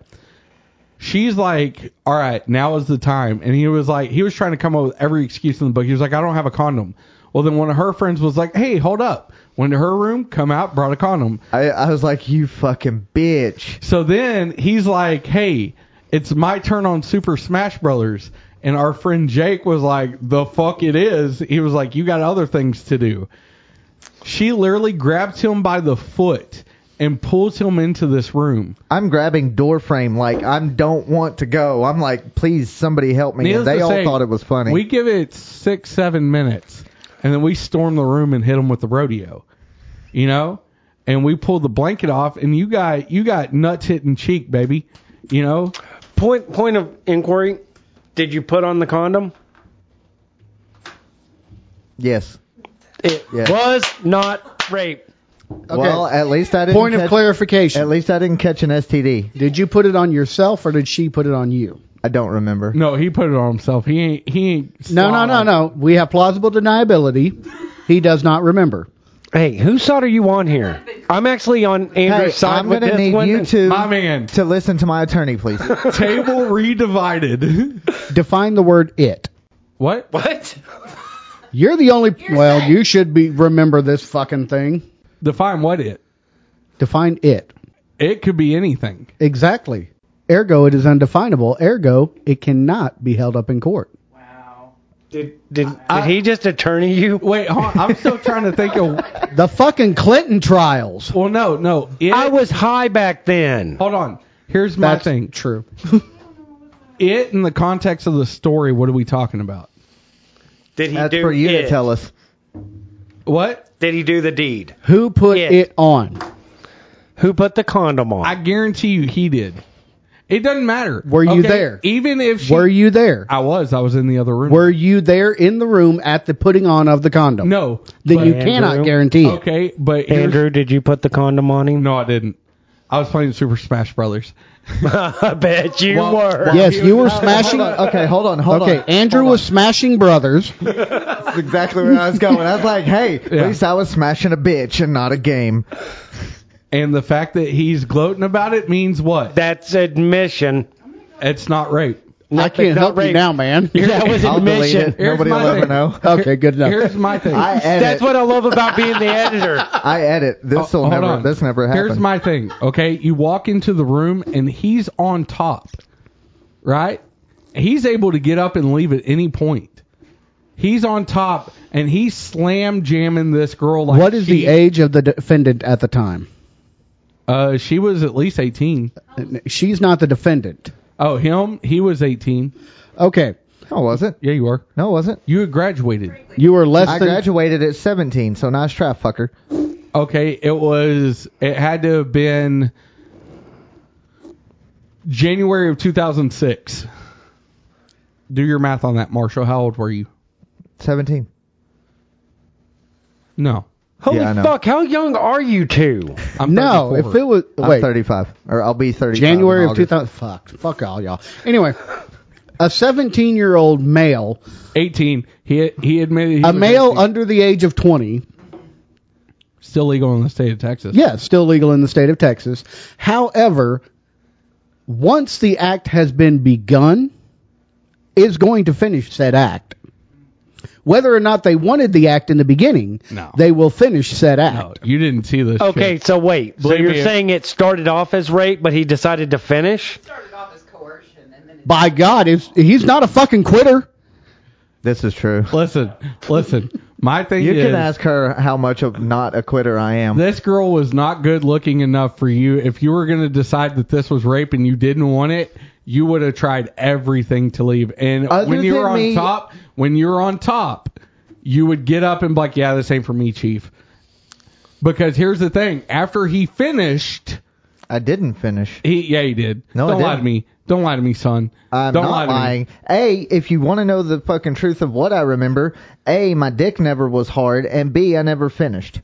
She's like, "All right, now is the time." And he was like, he was trying to come up with every excuse in the book. He was like, "I don't have a condom." Well, then one of her friends was like, "Hey, hold up!" Went to her room, come out, brought a condom. I, I was like, you fucking bitch. So then he's like, "Hey, it's my turn on Super Smash Brothers." And our friend Jake was like, "The fuck it is." He was like, "You got other things to do." She literally grabs him by the foot and pulls him into this room. I'm grabbing door frame like I don't want to go. I'm like, please, somebody help me. And Needless they to all say, thought it was funny. We give it six, seven minutes, and then we storm the room and hit him with the rodeo. You know, and we pull the blanket off, and you got you got nuts hitting cheek, baby. You know, Point point of inquiry. Did you put on the condom? yes. It Yeah. was not rape. Well, at least I didn't. Point catch- of clarification. At least I didn't catch an STD. Did you put it on yourself or did she put it on you? I don't remember. no, he put it on himself. He ain't he ain't. No, no, no, slide. no. We have plausible deniability. He does not remember. Hey, whose side are you on here? I'm actually on Andrew's Hey, side I'm with gonna this need one. you two My man, to listen to my attorney, please. table redivided. Define the word it. what? What? You're the only. well, you should be remember this fucking thing. Define what it. Define it. It could be anything. Exactly. Ergo, it is undefinable. Ergo, it cannot be held up in court. Wow. Did did, did he just attorney you? Wait, hold on. I'm still trying to think of. The fucking Clinton trials. Well, no, no. It, I was high back then. Hold on. Here's my That's thing. true. It in the context of the story. What are we talking about? Did he That's do for you it? to tell us. What? Did he do the deed? Who put It. it, on? Who put the condom on? I guarantee you he did. It doesn't matter. Were you there? Even if she, Were you there? I was. I was in the other room. Were you there in the room at the putting on of the condom? no. Then but- you Andrew. cannot guarantee it. Okay, but here's- Andrew, did you put the condom on him? No, I didn't. I was playing Super Smash Brothers. I bet you Well- were. well- Yes, He you were was- no, smashing. Hold on, okay, hold on, hold on. Okay, Andrew Hold was smashing brothers. on. That's exactly where I was going. I was like, hey, Yeah. at least I was smashing a bitch and not a game. And the fact that he's gloating about it means what? That's admission. It's not rape. I can't not help you rape. now, man. That was I'll delete admission. it. Here's Nobody my will ever thing. know. Okay, good enough. Here's my thing. I edit. That's what I love about being the editor. I edit. This will Oh, Hold never. on. This never happened. Here's my thing. Okay, you walk into the room and he's on top, right? He's able to get up and leave at any point. He's on top and he's slam jamming this girl like What is she- the age of the defendant at the time? Uh, she was at least eighteen. She's not the defendant. Oh, him? He was 18. Okay, No, it wasn't. Yeah, you were. No, it wasn't. You had graduated. you were less I than graduated at 17, so nice try, fucker. Okay, it was. It had to have been January of 2006. Do your math on that, Marshall. How old were you? 17. No, Holy Yeah, I know. fuck! How young are you two? I'm no. 34. If it was I'm wait, 35, or I'll be 35. January in of August. 2000. Fuck, fuck all y'all. Anyway, a 17 year old male, 18, he he admitted he a was male 18. under the age of 20, still legal in the state of Texas. yeah, still legal in the state of Texas. However, once the act has been begun, is going to finish said act. Whether or not they wanted the act in the beginning, No. they will finish said act. No, you didn't see this. Okay, shit. so wait. So Believe you're me. saying it started off as rape, but he decided to finish? Started off as coercion, and then it By God, is he's not a fucking quitter. This is true. listen, listen. My thing You is, can ask her how much of not a quitter I am. this girl was not good looking enough for you. If you were going to decide that this was rape and you didn't want it, you would have tried everything to leave. And Other when you than were on me- top, when you were on top, you would get up and be like, "Yeah, this ain't for me, chief." Because here's the thing: after he finished, I didn't finish. he yeah he did. No, I don't lie to didn't. me. Don't lie to me, son. I'm don't lie not to lying. me. A, if you want to know the fucking truth of what I remember, A, my dick never was hard, and B, I never finished.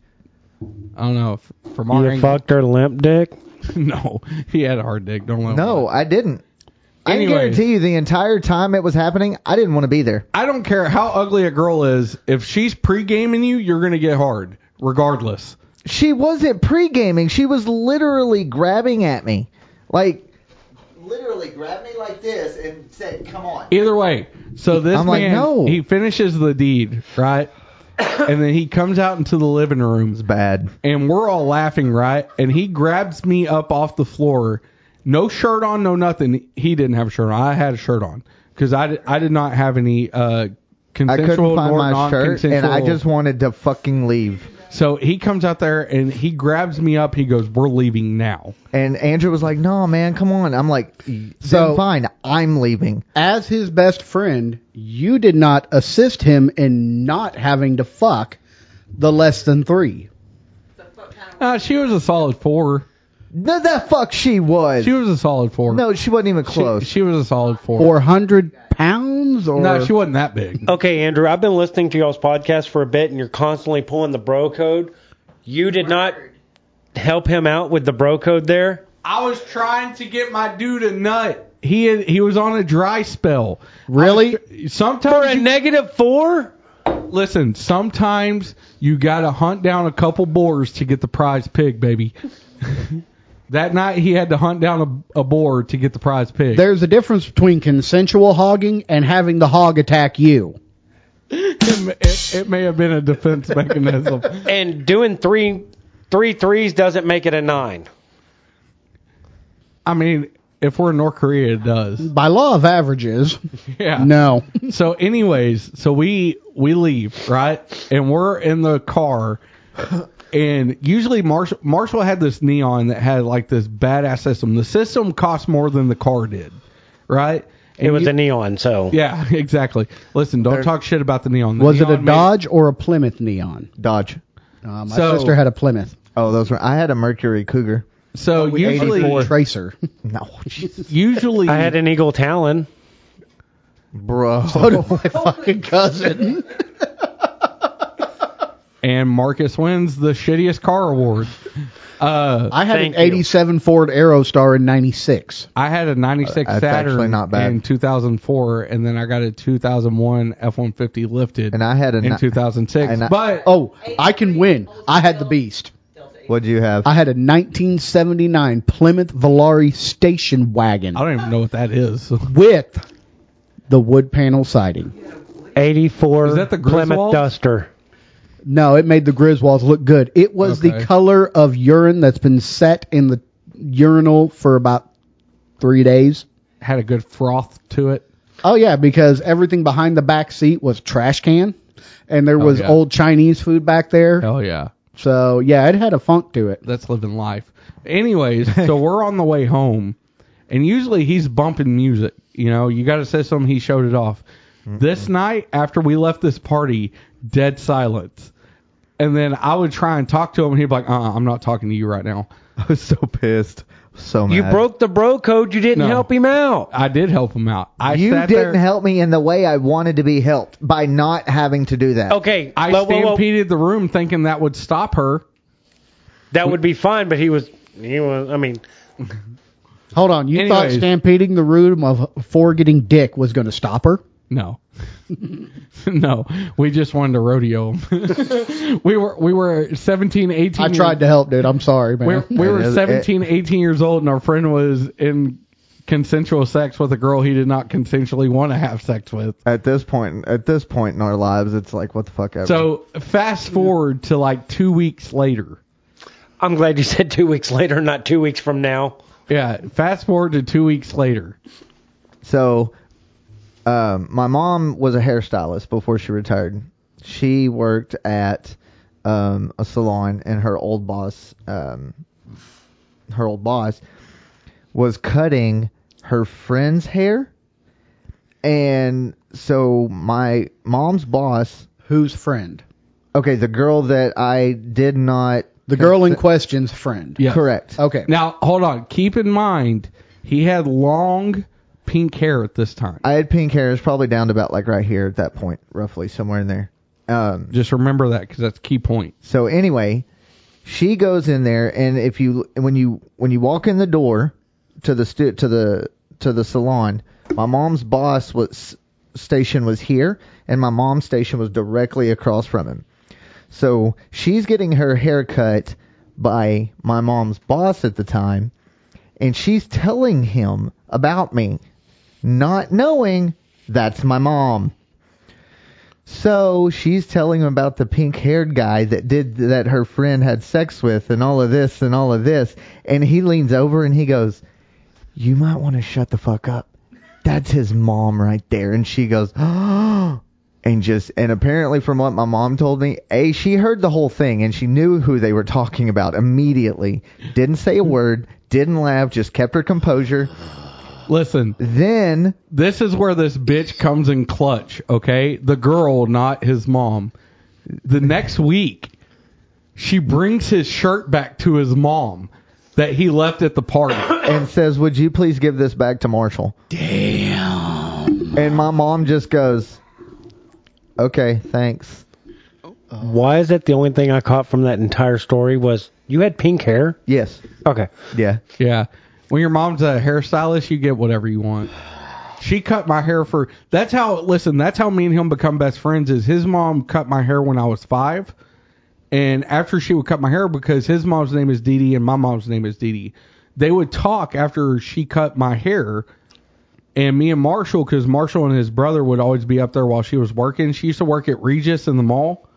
I don't know. f- From our You angle, fucked her limp dick? no, he had a hard dick. Don't let him lie. No, I didn't. I Anyway. can guarantee you the entire time it was happening, I didn't want to be there. I don't care how ugly a girl is. If she's pre-gaming you, you're gonna get hard, regardless. She wasn't pre gaming, she was literally grabbing at me. Like, literally grabbed me like this and said, "Come on." Either way, so this I'm like, man no. he finishes the deed, right? and then he comes out into the living room, bad. and we're all laughing, right? And he grabs me up off the floor, no shirt on, no nothing. He didn't have a shirt on. I had a shirt on because I, did- I did not have any uh, I consensual couldn't find nor my shirt, non-consensual. and I just wanted to fucking leave. so he comes out there and he grabs me up. He goes, "We're leaving now." And Andrew was like, "No, man, come on." I'm like, So- "So fine, I'm leaving." As his best friend, you did not assist him in not having to fuck the less than three. The fuck kind of Uh, she was a solid four. No, that fuck she was. She was a solid four. no, she wasn't even she, close. she was a solid four. Four hundred pounds or No, she wasn't that big. Okay, Andrew, I've been listening to y'all's podcast for a bit, and you're constantly pulling the bro code. You did not help him out with the bro code there. I was trying to get my dude a nut. He he was on a dry spell. really? For a Sometimes you, negative four? listen. Sometimes you gotta hunt down a couple boars to get the prize pig, baby. that night he had to hunt down a, a boar to get the prize pig. There's a difference between consensual hogging and having the hog attack you. it, it, it may have been a defense mechanism. And doing three, three threes doesn't make it a nine. I mean, if we're in North Korea, it does. By law of averages, Yeah. no. so anyways, so we we leave, right? And we're in the car and usually Marshall Marshall had this neon that had like this badass system. The system cost more than the car did, right? It was you- a neon, so. Yeah, exactly. Listen, don't talk shit about the neon. The Was it a neon made- Dodge or a Plymouth neon? Dodge. Uh, my So- sister had a Plymouth. Oh, those were. I had a Mercury Cougar. so usually Tracer. No, Jesus, usually I had an Eagle Talon. bro. fucking cousin. and Marcus wins the shittiest car award. I had Thank an you. 87 Ford Aerostar in 96. I had a 96 Uh, that's Saturn actually not bad. in 2004 and then I got a 2001 F150 lifted And I had a in ni- 2006. and I- but Oh, I can win. I had the beast. Delta eight. What'd you have? I had a 1979 Plymouth Valari station wagon I don't even know what that is. Is with the wood panel siding. 84 Is that the Griswold? Plymouth Duster. No, it made the Griswolds look good. It was Okay. the color of urine that's been set in the urinal for about three days. Had a good froth to it. Oh yeah, because everything behind the back seat was trash can, and there was yeah. old Chinese food back there. Hell yeah. So yeah, it had a funk to it. That's living life. Anyways, so we're on the way home and usually he's bumping music. You know, you got to say something. He showed it off. This night after we left this party, dead silence. And then I would try and talk to him, and he'd be like, uh-uh, "I'm not talking to you right now." I was so pissed. So mad. You broke the bro code. You didn't No. help him out. I did help him out. I You sat didn't there, help me in the way I wanted to be helped by not having to do that. Okay, I whoa, whoa, whoa. stampeded the room, thinking that would stop her. that would be fine, but he was he was. I mean, Hold on. You thought Anyways. stampeding the room of for getting dick was going to stop her? No. no. We just wanted to rodeo him. we were we were 17, 18. I tried to help, dude. I'm sorry, We, man. we It were is- 17, 18 years old, and our friend was in consensual sex with a girl he did not consensually want to have sex with. At this point, at this point in our lives, it's like, what the fuck ever. So fast forward to like two weeks later. I'm glad you said two weeks later, not two weeks from now. Yeah, fast forward to two weeks later. So, um, my mom was a hairstylist before she retired. She worked at um, a salon, and her old boss, um, her old boss, was cutting her friend's hair. And so my mom's boss, Who's friend? okay, the girl that I did not, The girl in question's friend. Yes. correct. Okay. Now hold on. Keep in mind he had long pink hair at this time. I had pink hair. It was probably down to about like right here at that point, roughly somewhere in there. Um, just remember that because that's a key point. So anyway, she goes in there, and if you when you when you walk in the door to the stu- to the to the salon, my mom's boss was station was here, and my mom's station was directly across from him. So she's getting her hair cut by my mom's boss at the time, and she's telling him about me, not knowing that's my mom. So she's telling him about the pink haired guy that did that her friend had sex with and all of this and all of this. And he leans over and he goes, You might want to shut the fuck up. That's his mom right there. And she goes, Oh, and just, and apparently from what my mom told me, A, she heard the whole thing and she knew who they were talking about immediately. Didn't say a word, didn't laugh, just kept her composure. Listen, Then this is where this bitch comes in clutch, okay? The girl, not his mom. The next week, she brings his shirt back to his mom that he left at the party. and says, "Would you please give this back to Marshall?" Damn. And my mom just goes, "Okay, thanks." Why is that the only thing I caught from that entire story was you had pink hair? Yes. Okay. Yeah. yeah. When your mom's a hairstylist, you get whatever you want. She cut my hair for that's how listen, that's how me and him become best friends is his mom cut my hair when I was 5. And after she would cut my hair, because his mom's name is Dee Dee and my mom's name is Dee Dee, they would talk after she cut my hair. And me and Marshall, because Marshall and his brother would always be up there while she was working. She used to work at Regis in the mall.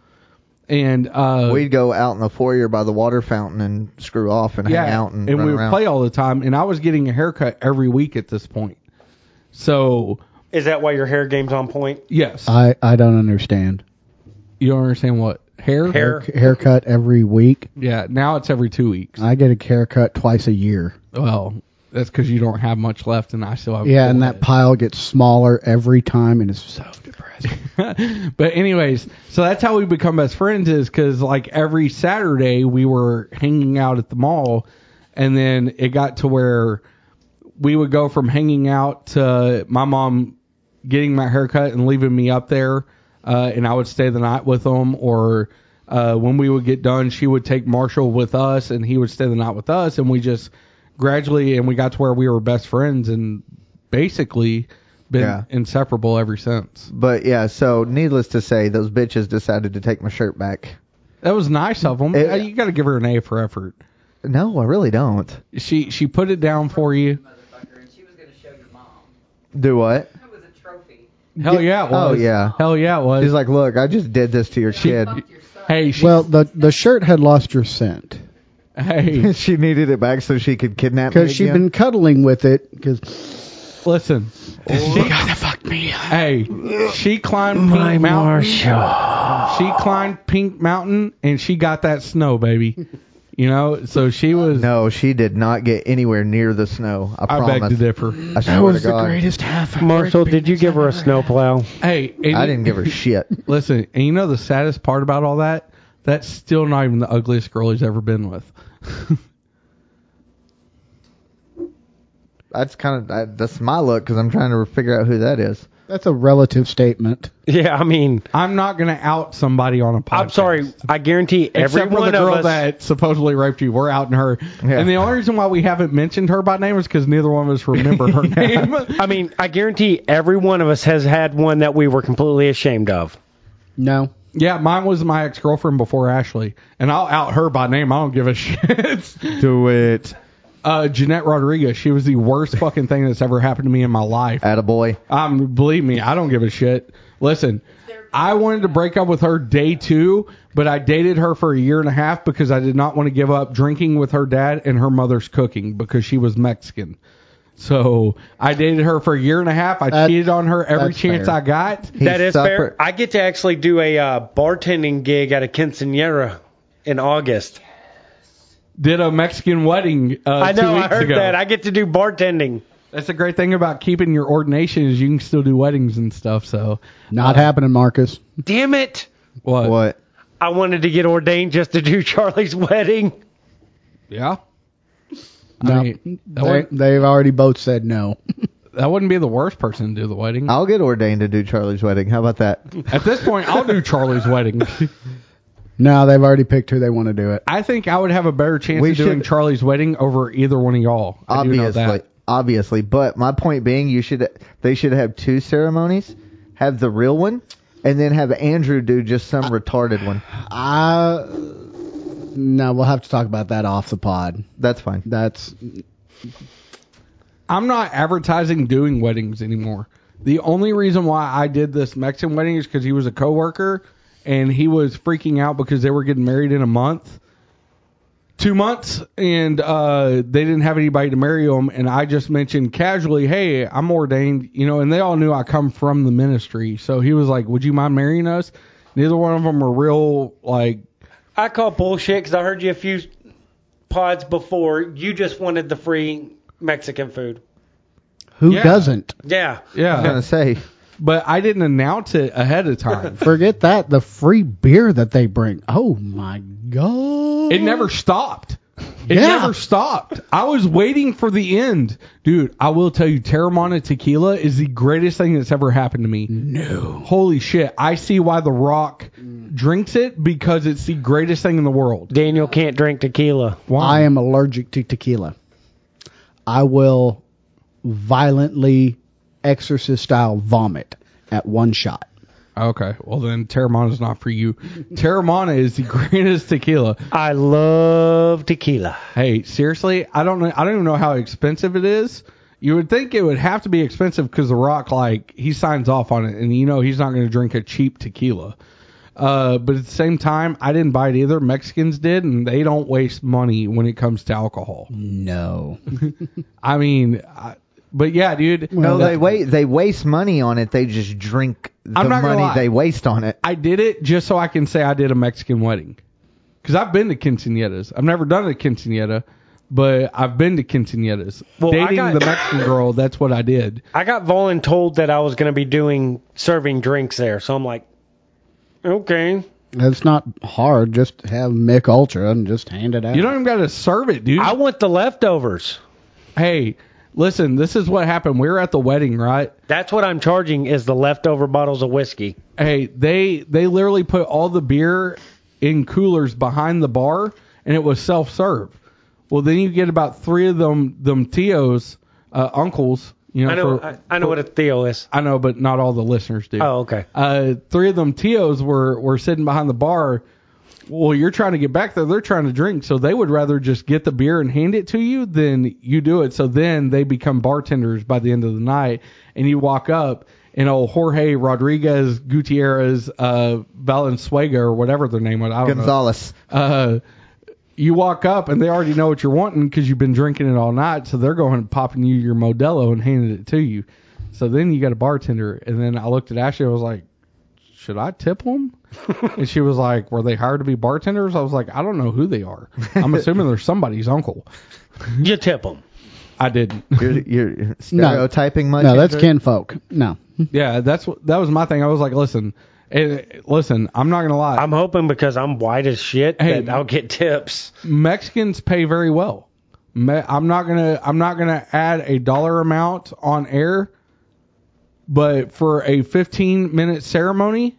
And uh, We'd go out in the foyer by the water fountain and screw off and hang out and, run we would around. play all the time. And I was getting a haircut every week at this point. So, Is that why your hair game's on point? yes. I, I don't understand. you don't understand what? Hair? Hair. Haircut every week. Yeah, now it's every two weeks. I get a haircut twice a year. Well, that's because you don't have much left and I still have Yeah, full and head. that pile gets smaller every time, and it's Oh, so depressing. but anyways, so that's how we become best friends is because like every Saturday we were hanging out at the mall, and then it got to where we would go from hanging out to my mom getting my haircut and leaving me up there, uh, and I would stay the night with them. Or uh, when we would get done, she would take Marshall with us, and he would stay the night with us, and we just gradually and we got to where we were best friends and basically been Yeah. inseparable ever since. But yeah, so needless to say, those bitches decided to take my shirt back. That was nice of him. It- Uh, you got to give her an A for effort. No, I really don't. She she put it down for you. motherfucker, and she was gonna show your mom. Do what? It was a trophy. Hell yeah, it Oh, was. yeah. Hell yeah, it was. He's like, look, I just did this to your kid. Fuck your son. hey, she, well, the the shirt had lost her scent hey, she needed it back so she could kidnap me. because she'd again. been cuddling with it. Because listen. she gotta fuck me. Hey, she climbed Pink Mountain. She climbed Pink Mountain and she got that snow, baby. You know, so she was. No, she did not get anywhere near the snow. I, I promise. beg to differ. I swear to God. half. Marshall, did you give her a snowplow? Hey, and I you- didn't give her shit. Listen, and you know the saddest part about all that? That's still not even the ugliest girl he's ever been with. That's kind of that's my look because I'm trying to figure out who that is. That's a relative statement. Yeah, I mean, I'm not gonna out somebody on a podcast. I'm sorry. I guarantee every Except for the one of girl us. that supposedly raped you, we're outing her. Yeah. And the only reason why we haven't mentioned her by name is because neither one of us remember her name. I mean, I guarantee every one of us has had one that we were completely ashamed of. No. yeah, mine was my ex girlfriend before Ashley, and I'll out her by name. I don't give a shit. Do it. Uh, Jeanette Rodriguez, she was the worst fucking thing that's ever happened to me in my life. Attaboy. Um, believe me, I don't give a shit. Listen, I wanted to break up with her day two, but I dated her for a year and a half because I did not want to give up drinking with her dad and her mother's cooking because she was Mexican. So I dated her for a year and a half. I That- cheated on her every that's chance fair. I got. He that is suffered- fair. I get to actually do a uh, bartending gig at a quinceanera in August. Did a Mexican wedding uh, I two know, I weeks heard ago. that. I get to do bartending. That's the great thing about keeping your ordination is you can still do weddings and stuff. So Not happening, Marcus. Damn it! what? What? I wanted to get ordained just to do Charlie's wedding. Yeah. No. I mean, that, they, wouldn't, they've already both said no. that wouldn't be the worst person to do the wedding. Uh, I'll get ordained to do Charlie's wedding. How about that? At this point, I'll do Charlie's wedding. No, they've already picked who they want to do it. I think I would have a better chance We of doing should- Charlie's wedding over either one of y'all. I do know obviously, that. obviously. But my point being, you should they should have two ceremonies, have the real one, and then have Andrew do just some retarded one. I. No, we'll have to talk about that off the pod. That's fine. That's I'm not advertising doing weddings anymore. The only reason why I did this Mexican wedding is because he was a coworker and he was freaking out because they were getting married in a month, two months, and uh, they didn't have anybody to marry them. And I just mentioned casually, "Hey, I'm ordained," you know, and they all knew I come from the ministry. So he was like, "Would you mind marrying us?" Neither one of them were real like I call bullshit because I heard you a few pods before. You just wanted the free Mexican food. who Yeah. doesn't Yeah. Yeah, I'm gonna say but I didn't announce it ahead of time. forget that the free beer that they bring. Oh my god! it never stopped. It Yeah. never stopped. I was waiting for the end. Dude, I will tell you, Terramana tequila is the greatest thing that's ever happened to me. No. Holy shit. I see why The Rock drinks it because it's the greatest thing in the world. Daniel can't drink tequila. Why? I am allergic to tequila. I will violently exorcist style vomit at one shot. Okay. Well, then Terramana's not for you. Terramana is the greatest tequila. I love tequila. Hey, seriously, I don't know. I don't even know how expensive it is. You would think it would have to be expensive because The Rock, like, he signs off on it, and you know he's not going to drink a cheap tequila. Uh, but at the same time, I didn't buy it either. Mexicans did, and they don't waste money when it comes to alcohol. No. I mean, I, but yeah, dude. no. that- They wait. They waste money on it. They just drink the I'm not gonna money lie. they waste on it. I did it just so I can say I did a Mexican wedding. Because I've been to quinceañeras. I've never done a quinceañera, but I've been to quinceañeras. Well, I Dating got- the Mexican girl, that's what I did. I got voluntold that I was going to be doing serving drinks there, so I'm like, okay. That's not hard. Just have Mick Ultra and just hand it out. You don't even got to serve it, dude. I want the leftovers. hey, listen, this is what happened. We were at the wedding, right? That's what I'm charging is the leftover bottles of whiskey. Hey, they they literally put all the beer in coolers behind the bar, and it was self serve. Well, then you get about three of them them tios, uh, uncles. You know, I know, for- I, I know what a Theo is. I know, but not all the listeners do. Oh, okay. Uh, three of them tios were were sitting behind the bar. Well, you're trying to get back there. They're trying to drink, so they would rather just get the beer and hand it to you than you do it. So then they become bartenders by the end of the night, and you walk up and old Jorge Rodriguez Gutierrez uh, Valenzuela or whatever their name was. I don't know Gonzalez. uh, you walk up and they already know what you're wanting because you've been drinking it all night. So they're going and popping you your Modelo and handing it to you. So then you got a bartender. And then I looked at Ashley. I was like, should I tip them? and she was like, "Were they hired to be bartenders?" I was like, "I don't know who they are. I'm assuming they're somebody's uncle." You tip them. I didn't. You're, you're stereotyping much. No, that's Andrew? Ken Folk. No. yeah, that's what that was my thing. I was like, "Listen, eh, listen, I'm not gonna lie. I'm hoping because I'm white as shit Hey. that I'll get tips. Mexicans pay very well. Me- I'm not gonna I'm not gonna add a dollar amount on air, but for a 15 minute ceremony,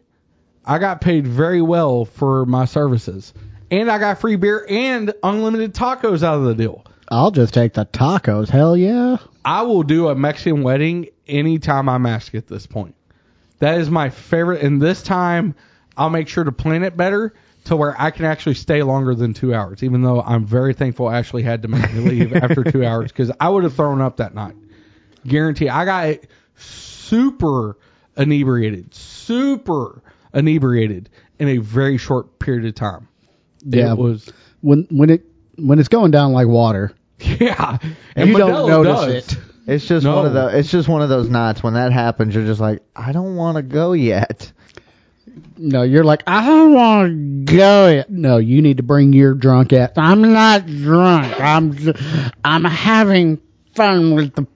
I got paid very well for my services, and I got free beer and unlimited tacos out of the deal. I'll just take the tacos. Hell yeah. I will do a Mexican wedding anytime I'm asked at this point. That is my favorite, and this time I'll make sure to plan it better to where I can actually stay longer than two hours. Even though I'm very thankful Ashley had to make me leave after two hours because I would have thrown up that night. Guarantee. I got super inebriated, super inebriated in a very short period of time. Yeah. it was. When when it when it's going down like water, Yeah, and you Modelo don't notice does. it. It's just No. one of those. It's just one of those nights when that happens. You're just like, I don't want to go yet. No, you're like, I don't want to go. Yet. No, you need to bring your drunk ass. I'm not drunk. I'm ju- I'm having fun with the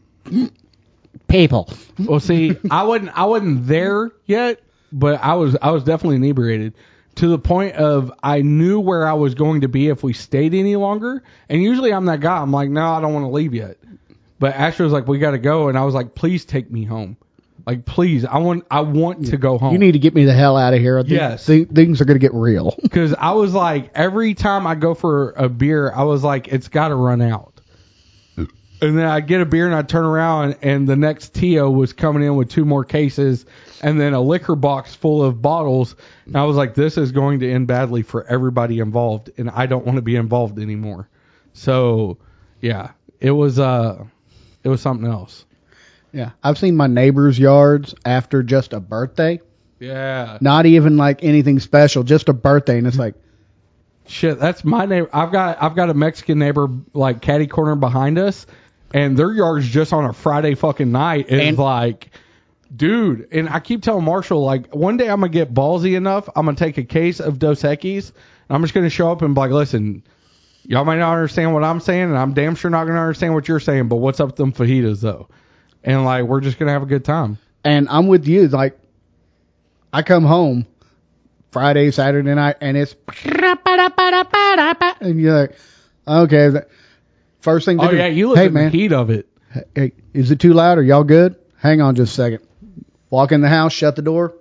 people. Well, see, I wasn't I wasn't there yet, but I was I was definitely inebriated to the point of I knew where I was going to be if we stayed any longer. And usually I'm that guy. I'm like, no, I don't want to leave yet. But Asher was like, we got to go, and I was like, please take me home. Like, please, I want I want to go home. You need to get me the hell out of here. Th- Yes. th- things are gonna get real. because I was like, every time I go for a beer, I was like, it's got to run out. And then I get a beer and I turn around, and the next TO was coming in with two more cases and then a liquor box full of bottles. And I was like, this is going to end badly for everybody involved, and I don't want to be involved anymore. So, yeah, it was uh, it was something else. yeah, I've seen my neighbors' yards after just a birthday. Yeah. Not even like anything special, just a birthday, and it's like, Shit, that's my neighbor. I've got I've got a Mexican neighbor like catty corner behind us, and their yard's just on a Friday fucking night is And- like, dude. And I keep telling Marshall like, one day I'm gonna get ballsy enough. I'm gonna take a case of Dos Equis, and I'm just gonna show up and be like, listen, y'all might not understand what I'm saying, and I'm damn sure not gonna understand what you're saying. But what's up with them fajitas though? And like, we're just gonna have a good time. and I'm with you. Like, I come home Friday, Saturday night, and it's and you're like, okay. th- First thing, they Oh do, yeah, you live hey in the man, heat of it. hey, is it too loud? Are y'all good? Hang on just a second. Walk in the house, shut the door.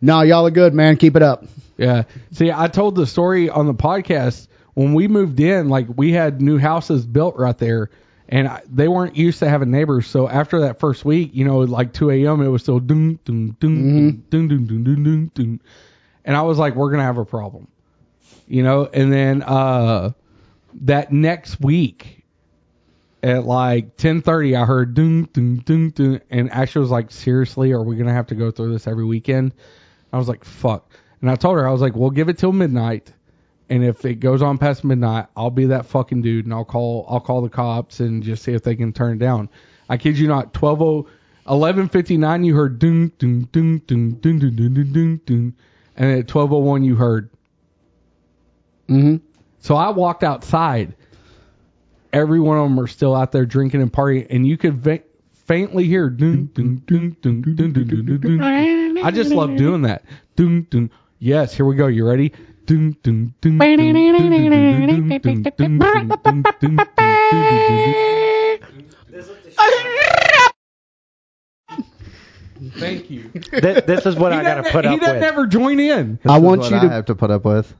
No, y'all are good, man. Keep it up. Yeah. See, I told the story on the podcast when we moved in. Like we had new houses built right there, and I, they weren't used to having neighbors. So after that first week, you know, like 2 a.m., it was still doom doom doom doom doom doom doom doom doom, and I was like, we're gonna have a problem, you know. And then uh, that next week. At like 10:30, I heard doom doom doom doom, and Ashley was like, "Seriously, are we gonna have to go through this every weekend?" I was like, fuck. And I told her, I was like, we'll give it till midnight. And if it goes on past midnight, I'll be that fucking dude and I'll call, I'll call the cops and just see if they can turn it down. I kid you not, 12 1159, you heard doom, doom, doom, doom, doom, doom, doom, doom, doom, doom. And at 1201, you heard. Mm-hmm. So I walked outside. Every one of them are still out there drinking and partying, and you could va- faintly hear. Dun, dun, dun, dun, dun, dun, dun, dun, dun. I just love doing that. Dun, dun. Yes, here we go. You ready? Dun, dun, dun, dun, dun, dun, dun, dun, dun, dun, dun, dun, dun, dun, dun, dun. Thank you. Th- this is what I He got to doesn't- put he up doesn't with. ever join in. I This is want what you I to- have to put up with.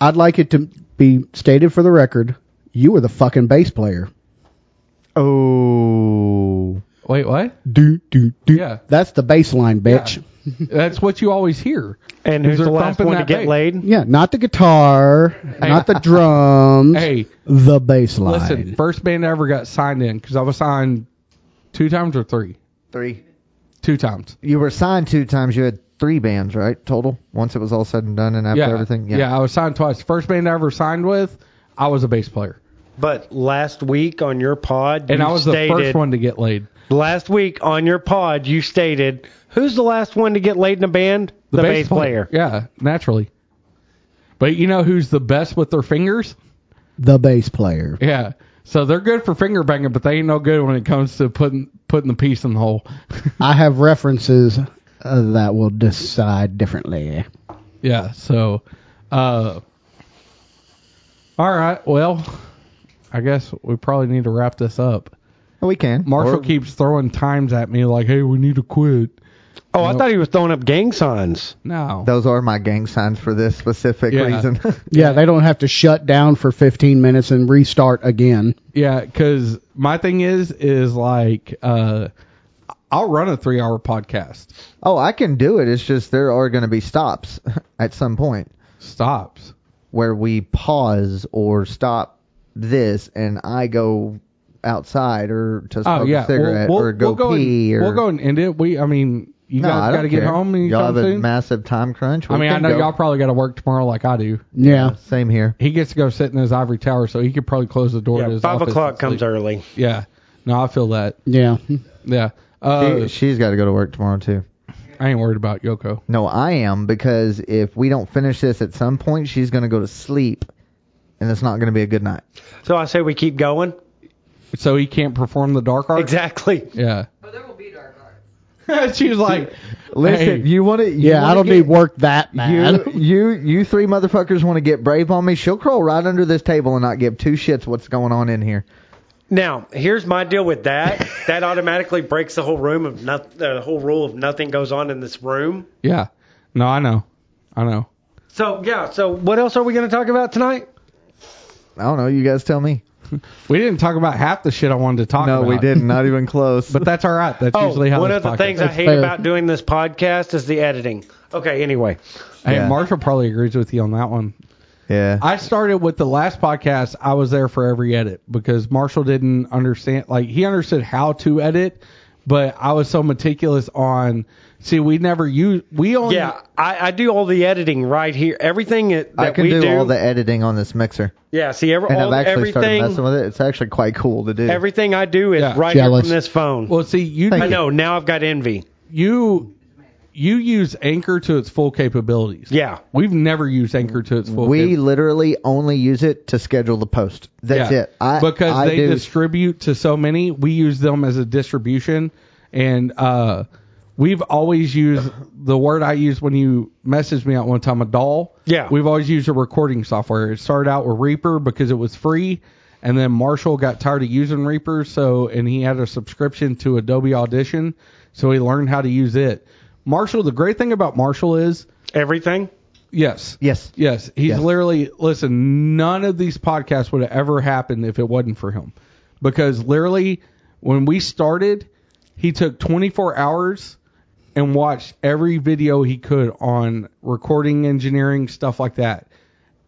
I'd like it to be stated for the record: you were the fucking bass player. Oh, Wait, what? Do do do. Yeah. That's the bass line, bitch. That's what you always hear. and who's They're the last thumping one to that get bass. laid? Yeah, not the guitar, not the drums, Hey, the bass line. Listen, first band I ever got signed in because I was signed two times or three, three. two times. You were signed two times. You had three bands, right? Total. Once it was all said and done, and after yeah, everything. yeah. I was signed twice. First band I ever signed with, I was a bass player, But last week on your pod, and you I was stated, the first one to get laid. Last week on your pod, you stated, "Who's the last one to get laid in a band?" The bass player. Yeah, naturally. But you know who's the best with their fingers? The bass player. Yeah. So they're good for finger banging, but they ain't no good when it comes to putting putting the piece in the hole. I have references uh, that will decide differently. yeah. So, uh, all right. Well, I guess we probably need to wrap this up. We can. Marshall Or- keeps throwing times at me like, "Hey, we need to quit." Oh, I thought he was throwing up gang signs. No. Those are my gang signs for this specific Yeah. reason. Yeah, they don't have to shut down for 15 minutes and restart again. Yeah, because my thing is, is like, uh, I'll run a three hour podcast. oh, I can do it. It's just there are going to be stops at some point Stops. where we pause or stop this, and I go outside or to smoke Oh yeah, a cigarette or go, and- pee or. we'll go and end it. We, I mean, you no, I guys don't got to get care. home Y'all anytime have a soon. massive time crunch. I We mean, I can know go. y'all probably got to work tomorrow like I do. Yeah. Same here. He gets to go sit in his ivory tower, so he could probably close the door to Yeah, his five office o'clock and comes sleep. early. Yeah, no, I feel that. Yeah. Yeah, uh, she, she's got to go to work tomorrow too. I ain't worried about Yoko. No, I am because if we don't finish this at some point, she's going to go to sleep, and it's not going to be a good night. So I say we keep going. So he can't perform the dark art. Exactly. Yeah, Oh, there will be dark arts. she was like, Listen, "Hey." you want to? Yeah, I don't need work that You, bad. you, you three motherfuckers want to get brave on me? She'll crawl right under this table and not give two shits what's going on in here. Now, here's my deal with that. that automatically breaks the whole room of not, the whole rule of nothing goes on in this room. yeah, no, I know, I know. So yeah. So what else are we going to talk about tonight? I don't know. You guys tell me. We didn't talk about half the shit I wanted to talk No, about. we didn't. Not even close. But that's all right. That's Oh, usually how one this of the podcast- things I That's hate fair. about doing this podcast is the editing. Okay. Anyway. Hey, Yeah. Marshall probably agrees with you on that one. yeah, I started with the last podcast. I was there for every edit because Marshall didn't understand. Like he understood how to edit, but I was so meticulous on. See, we never use. We Oh, only. Yeah, I, I do all the editing right here. Everything that I can we do, all the editing on this mixer, Yeah, see, every, and all, I've actually started everything messing with it. It's actually quite cool to do. everything I do is Yeah. right Jealous. here from this phone. Well, see, you I know. Now I've got envy. you you use Anchor to its full capabilities. Yeah. We've never used Anchor to its full. we cap- literally only use it to schedule the post. That's Yeah. it. I, because I they do. distribute to so many. We use them as a distribution, and uh, we've always used the word I used when you messaged me at one time, a doll. Yeah. We've always used a recording software. It started out with Reaper because it was free, and then Marshall got tired of using Reaper, so and he had a subscription to Adobe Audition, so he learned how to use it. Marshall, the great thing about Marshall is, Everything. yes, yes. Yes, he's Yes. literally listen. None of these podcasts would have ever happened if it wasn't for him, because literally when we started, he took 24 hours and watched every video he could on recording engineering stuff like that,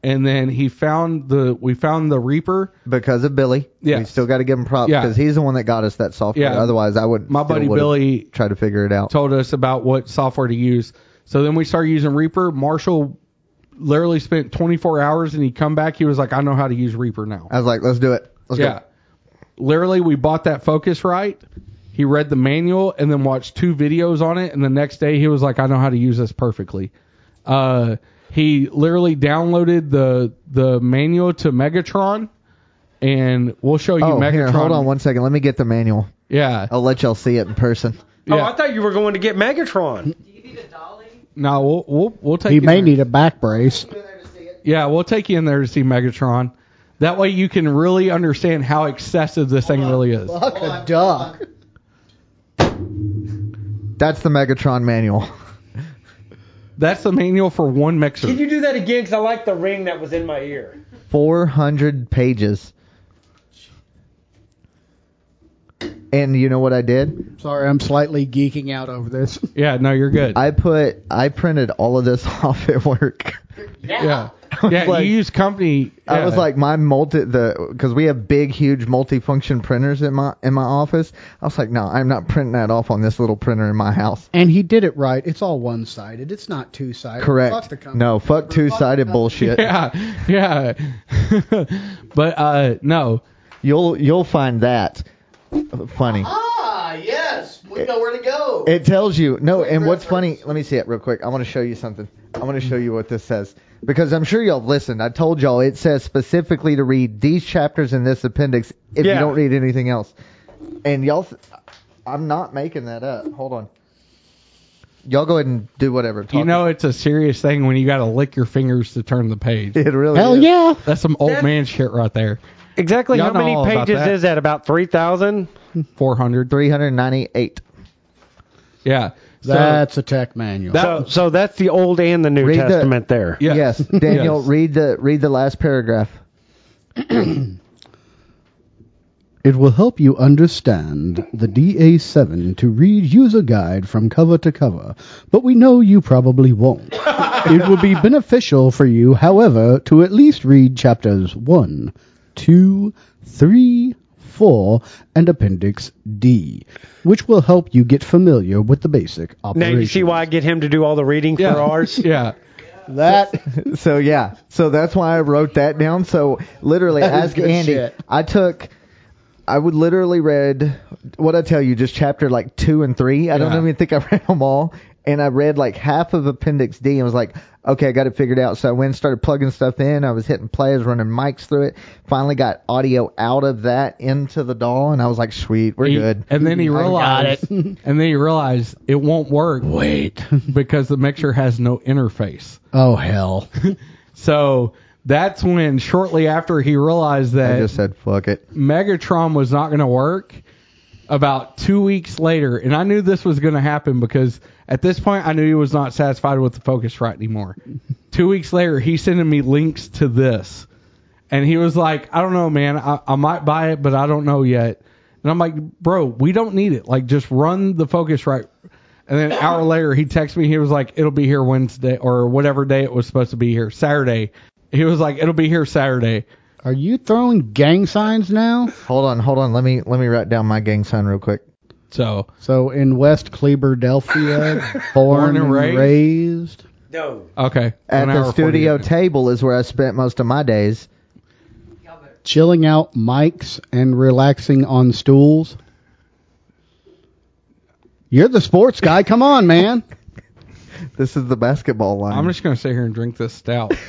and then he found the we found the Reaper. because of Billy. Yes. We still got to give him props Yeah. because he's the one that got us that software. Yeah. Otherwise, I would My still buddy would've Billy- tried to figure it out. told us about what software to use. So then we started using Reaper. Marshall literally spent 24 hours, and he come back. He was like, "I know how to use Reaper now." I was like, let's do it. Let's yeah. go. Literally, we bought that Focus right. He read the manual and then watched two videos on it. And the next day, he was like, "I know how to use this perfectly." Uh, he literally downloaded the the manual to Megatron, and we'll show you Oh, Megatron. here, hold on one second. Let me get the manual. Yeah. I'll let y'all see it in person. Oh, Yeah. I thought you were going to get Megatron. Do you need a dolly? No, we'll we'll, we'll take. He you may there. need a back brace. You in there to see it? Yeah, we'll take you in there to see Megatron. That way, you can really understand how excessive this thing really is. Fuck Hold on, hold on. That's the Megatron manual. That's the manual for one mixer. Can you do that again? Because I like the ring that was in my ear. 400 pages. And you know what I did? Sorry, I'm slightly geeking out over this. yeah, no, you're good. I put I printed all of this off at work. yeah, was yeah. like- you use company. I was yeah. like my multi the because we have big huge multifunction printers in my in my office. I was like, no, I'm not printing that off on this little printer in my house. And he did it right. It's all one sided. It's not two sided. Correct. no, fuck two sided bullshit. yeah, yeah. but uh, no, You'll you'll find that funny. Ah, yes. Yes, we know where to go. It tells you no. Quick And what's funny? reference. Let me see it real quick. I want to show you something. I want to show you what this says because I'm sure y'all listened. I told y'all it says specifically to read these chapters in this appendix if you Yeah. don't read anything else. And y'all, th- I'm not making that up. Hold on. Y'all go ahead and do whatever. You Talk. know it's a serious thing when you got to lick your fingers to turn the page. it really. Hell is. yeah. That's some old That- man shit right there. Exactly Y'all know how many all about pages that. is that? About 3,000? 400. 398. Yeah. So- That's a tech manual. So, so that's the Old and the New Read the- Testament there. Yes. Yes, Daniel, Yes. read the read the last paragraph. It will help you understand the DA7 to read user guide from cover to cover, but we know you probably won't. it will be beneficial for you, however, to at least read chapters 1, 2, 3, 4, and Appendix D, which will help you get familiar with the basic Now operations. you see why I get him to do all the reading for yeah. ours? Yeah. that so yeah, so that's why I wrote that down. So literally, That is ask good Andy. shit. I took, I would literally read what I tell you, just chapter like two and three. I don't Yeah. even think I read them all, and I read like half of Appendix D and was like, okay, I got it figured out. So I went and started plugging stuff in. I was hitting play, I was running mics through it. Finally got audio out of that into the doll, and I was like, sweet, we're He- good. And then he realized, it. and then he realized it won't work. Wait, because the mixer has no interface. Oh hell. So that's when, shortly after he realized I that just said, fuck it. Megatron was not going to work. About two weeks later, and I knew this was going to happen because at this point I knew he was not satisfied with the Focusrite anymore. two weeks later, he's sending me links to this, and he was like, "I don't know, man. I, I might buy it, but I don't know yet." And I'm like, "Bro, we don't need it. Like, just run the Focusrite." And then an hour later, he texted me. He was like, "It'll be here Wednesday or whatever day it was supposed to be here, Saturday." He was like, "It'll be here Saturday." Are you throwing gang signs now? Hold on, hold on. Let me let me write down my gang sign real quick. So So in West Cleaberdelphia, born, and raised. No. Okay. At One the hour, 40 studio minutes. table is where I spent most of my days. Y'all better. chilling out mics and relaxing on stools. You're the sports guy. Come on, man. This is the basketball line. I'm just gonna sit here and drink this stout.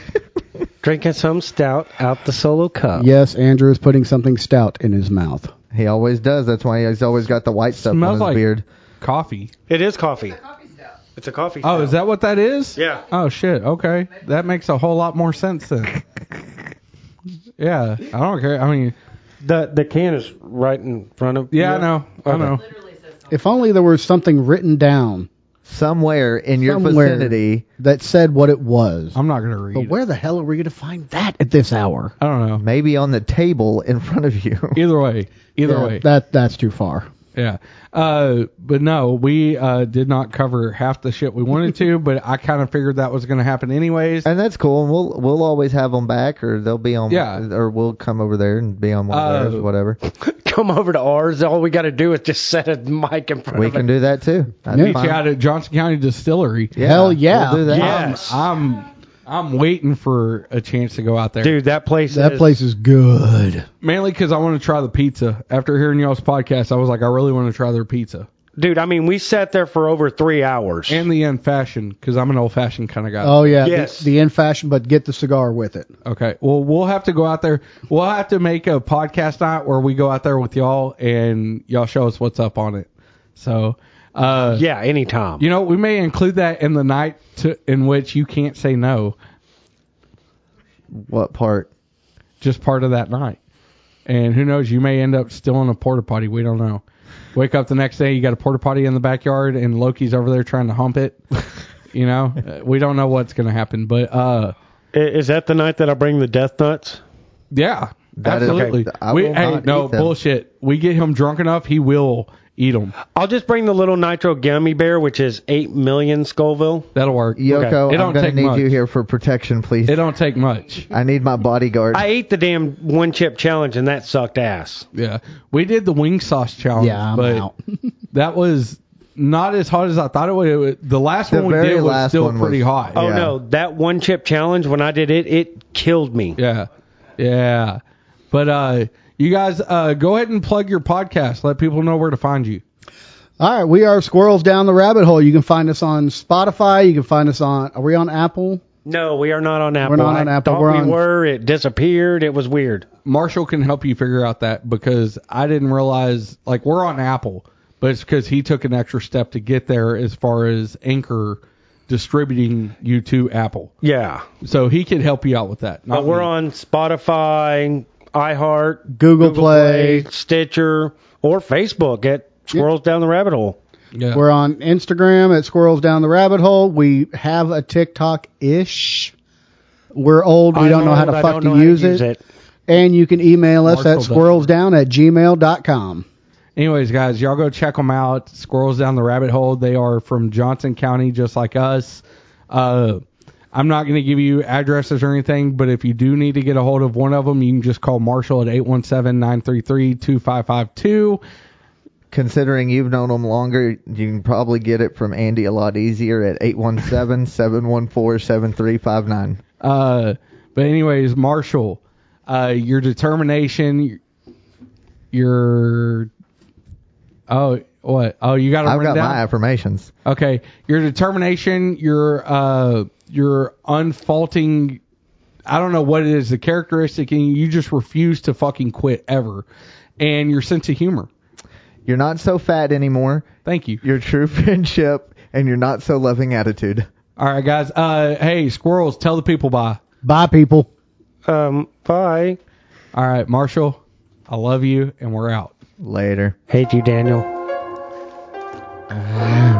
Drinking some stout out the solo cup. yes, Andrew is putting something stout in his mouth. he always does. That's why he's always got the white stuff on Smells his like- beard. Coffee. It is coffee. Coffee's down. It's a coffee Oh, is that what that is? Yeah. Oh shit. Okay, that makes a whole lot more sense then. yeah, I don't care. I mean, The, the can is right in front of yeah, I know. I know. Literally says something. If only there was something written down Somewhere in your Somewhere. vicinity, that said what it was. I'm not gonna read. But it. where the hell are we going to find that at this hour? I don't know. maybe on the table in front of you. Either way. Either Yeah, way. That that's too far. Yeah. Uh, but no, we uh, did not cover half the shit we wanted to, but I kind of figured that was going to happen anyways. and that's cool. And we'll we'll always have them back, or they'll be on. Yeah. Or we'll come over there and be on one of theirs, Uh, whatever. Come over to ours. All we got to do is just set a mic in front We of it. can do that too. That's Yeah. Meet you out at Johnson County Distillery. Hell yeah. We'll do that. Yes. I'm I'm waiting for a chance to go out there. Dude, that place That is- place is good. Mainly because I want to try the pizza. After hearing y'all's podcast, I was like, I really want to try their pizza Dude, I mean, we sat there for over three hours. and the end fashion because I'm an old fashioned kind of guy. Oh yeah, Yes. the, the in fashion, but get the cigar with it. Okay. Well, we'll have to go out there. We'll have to make a podcast night where we go out there with y'all and y'all show us what's up on it. So, uh, yeah, anytime. you know, we may include that in the night to, in which you can't say no, Um, What part? just part of that night. And who knows, you may end up still in a porta potty. We don't know. Wake up the next day, you got a porta potty in the backyard, and Loki's over there trying to hump it. you know, Uh, we don't know what's going to happen, but uh, I- Is that the night that I bring the death nuts? yeah, That is- absolutely. okay, I we, will hey, not no eat them. bullshit. We get him drunk enough, he will eat them. I'll just bring the little nitro gummy bear, which is 8 million Scoville. That'll work. Yoko, It I'm don't gonna take need much. you here for protection, please. It don't take much. I need my bodyguard. I ate the damn one chip challenge, and that sucked ass. Yeah, we did the wing sauce challenge. Yeah, I'm but out. that was not as hot as I thought it would. It was- The last The one we very did was last still one was- pretty hot. Oh Yeah. no, that one chip challenge when I did it, it killed me. Yeah. Yeah. But uh you guys uh go ahead and plug your podcast. Let people know where to find you. All right, we are Squirrels Down the Rabbit Hole. You can find us on Spotify. You can find us on. Are we on Apple? No, we are not on Apple. not on I Apple, Thought we're we on- were. It disappeared. It was weird. Marshall can help you figure out that because I didn't realize like we're on Apple, but it's because he took an extra step to get there as far as Anchor distributing you to Apple. Yeah, So he could help you out with that. but we're on Spotify, iHeart, Google Play. Stitcher, or Facebook at Squirrels Down the Rabbit Hole. yeah. We're on Instagram at Squirrels Down the Rabbit Hole. We have a TikTok ish. We're old. We I'm don't know how old, to I fuck don't to know how use, it. And you can email us Marshall at doesn't. squirrelsdown at gmail.com. Anyways, guys, y'all go check them out. Squirrels down the rabbit hole. They are from Johnson County, just like us. Uh, I'm not going to give you addresses or anything, but if you do need to get a hold of one of them, you can just call Marshall at 817-933-2552. Considering you've known them longer, you can probably get it from Andy a lot easier at 817-714-7359. Uh, but anyways, Marshall, uh, your determination, your oh what oh you got to I've run got down? my affirmations. Okay, your determination, your uh, your unfaulting. I don't know what it is, the characteristic, and you just refuse to fucking quit ever, and your sense of humor. You're not so fat anymore. Thank you. Your true friendship and your not so loving attitude. All right, guys. Uh, hey, squirrels, tell the people bye. Bye, people. Um, bye. All right, Marshall, I love you, and we're out. Later. Hate you, Daniel. Wow.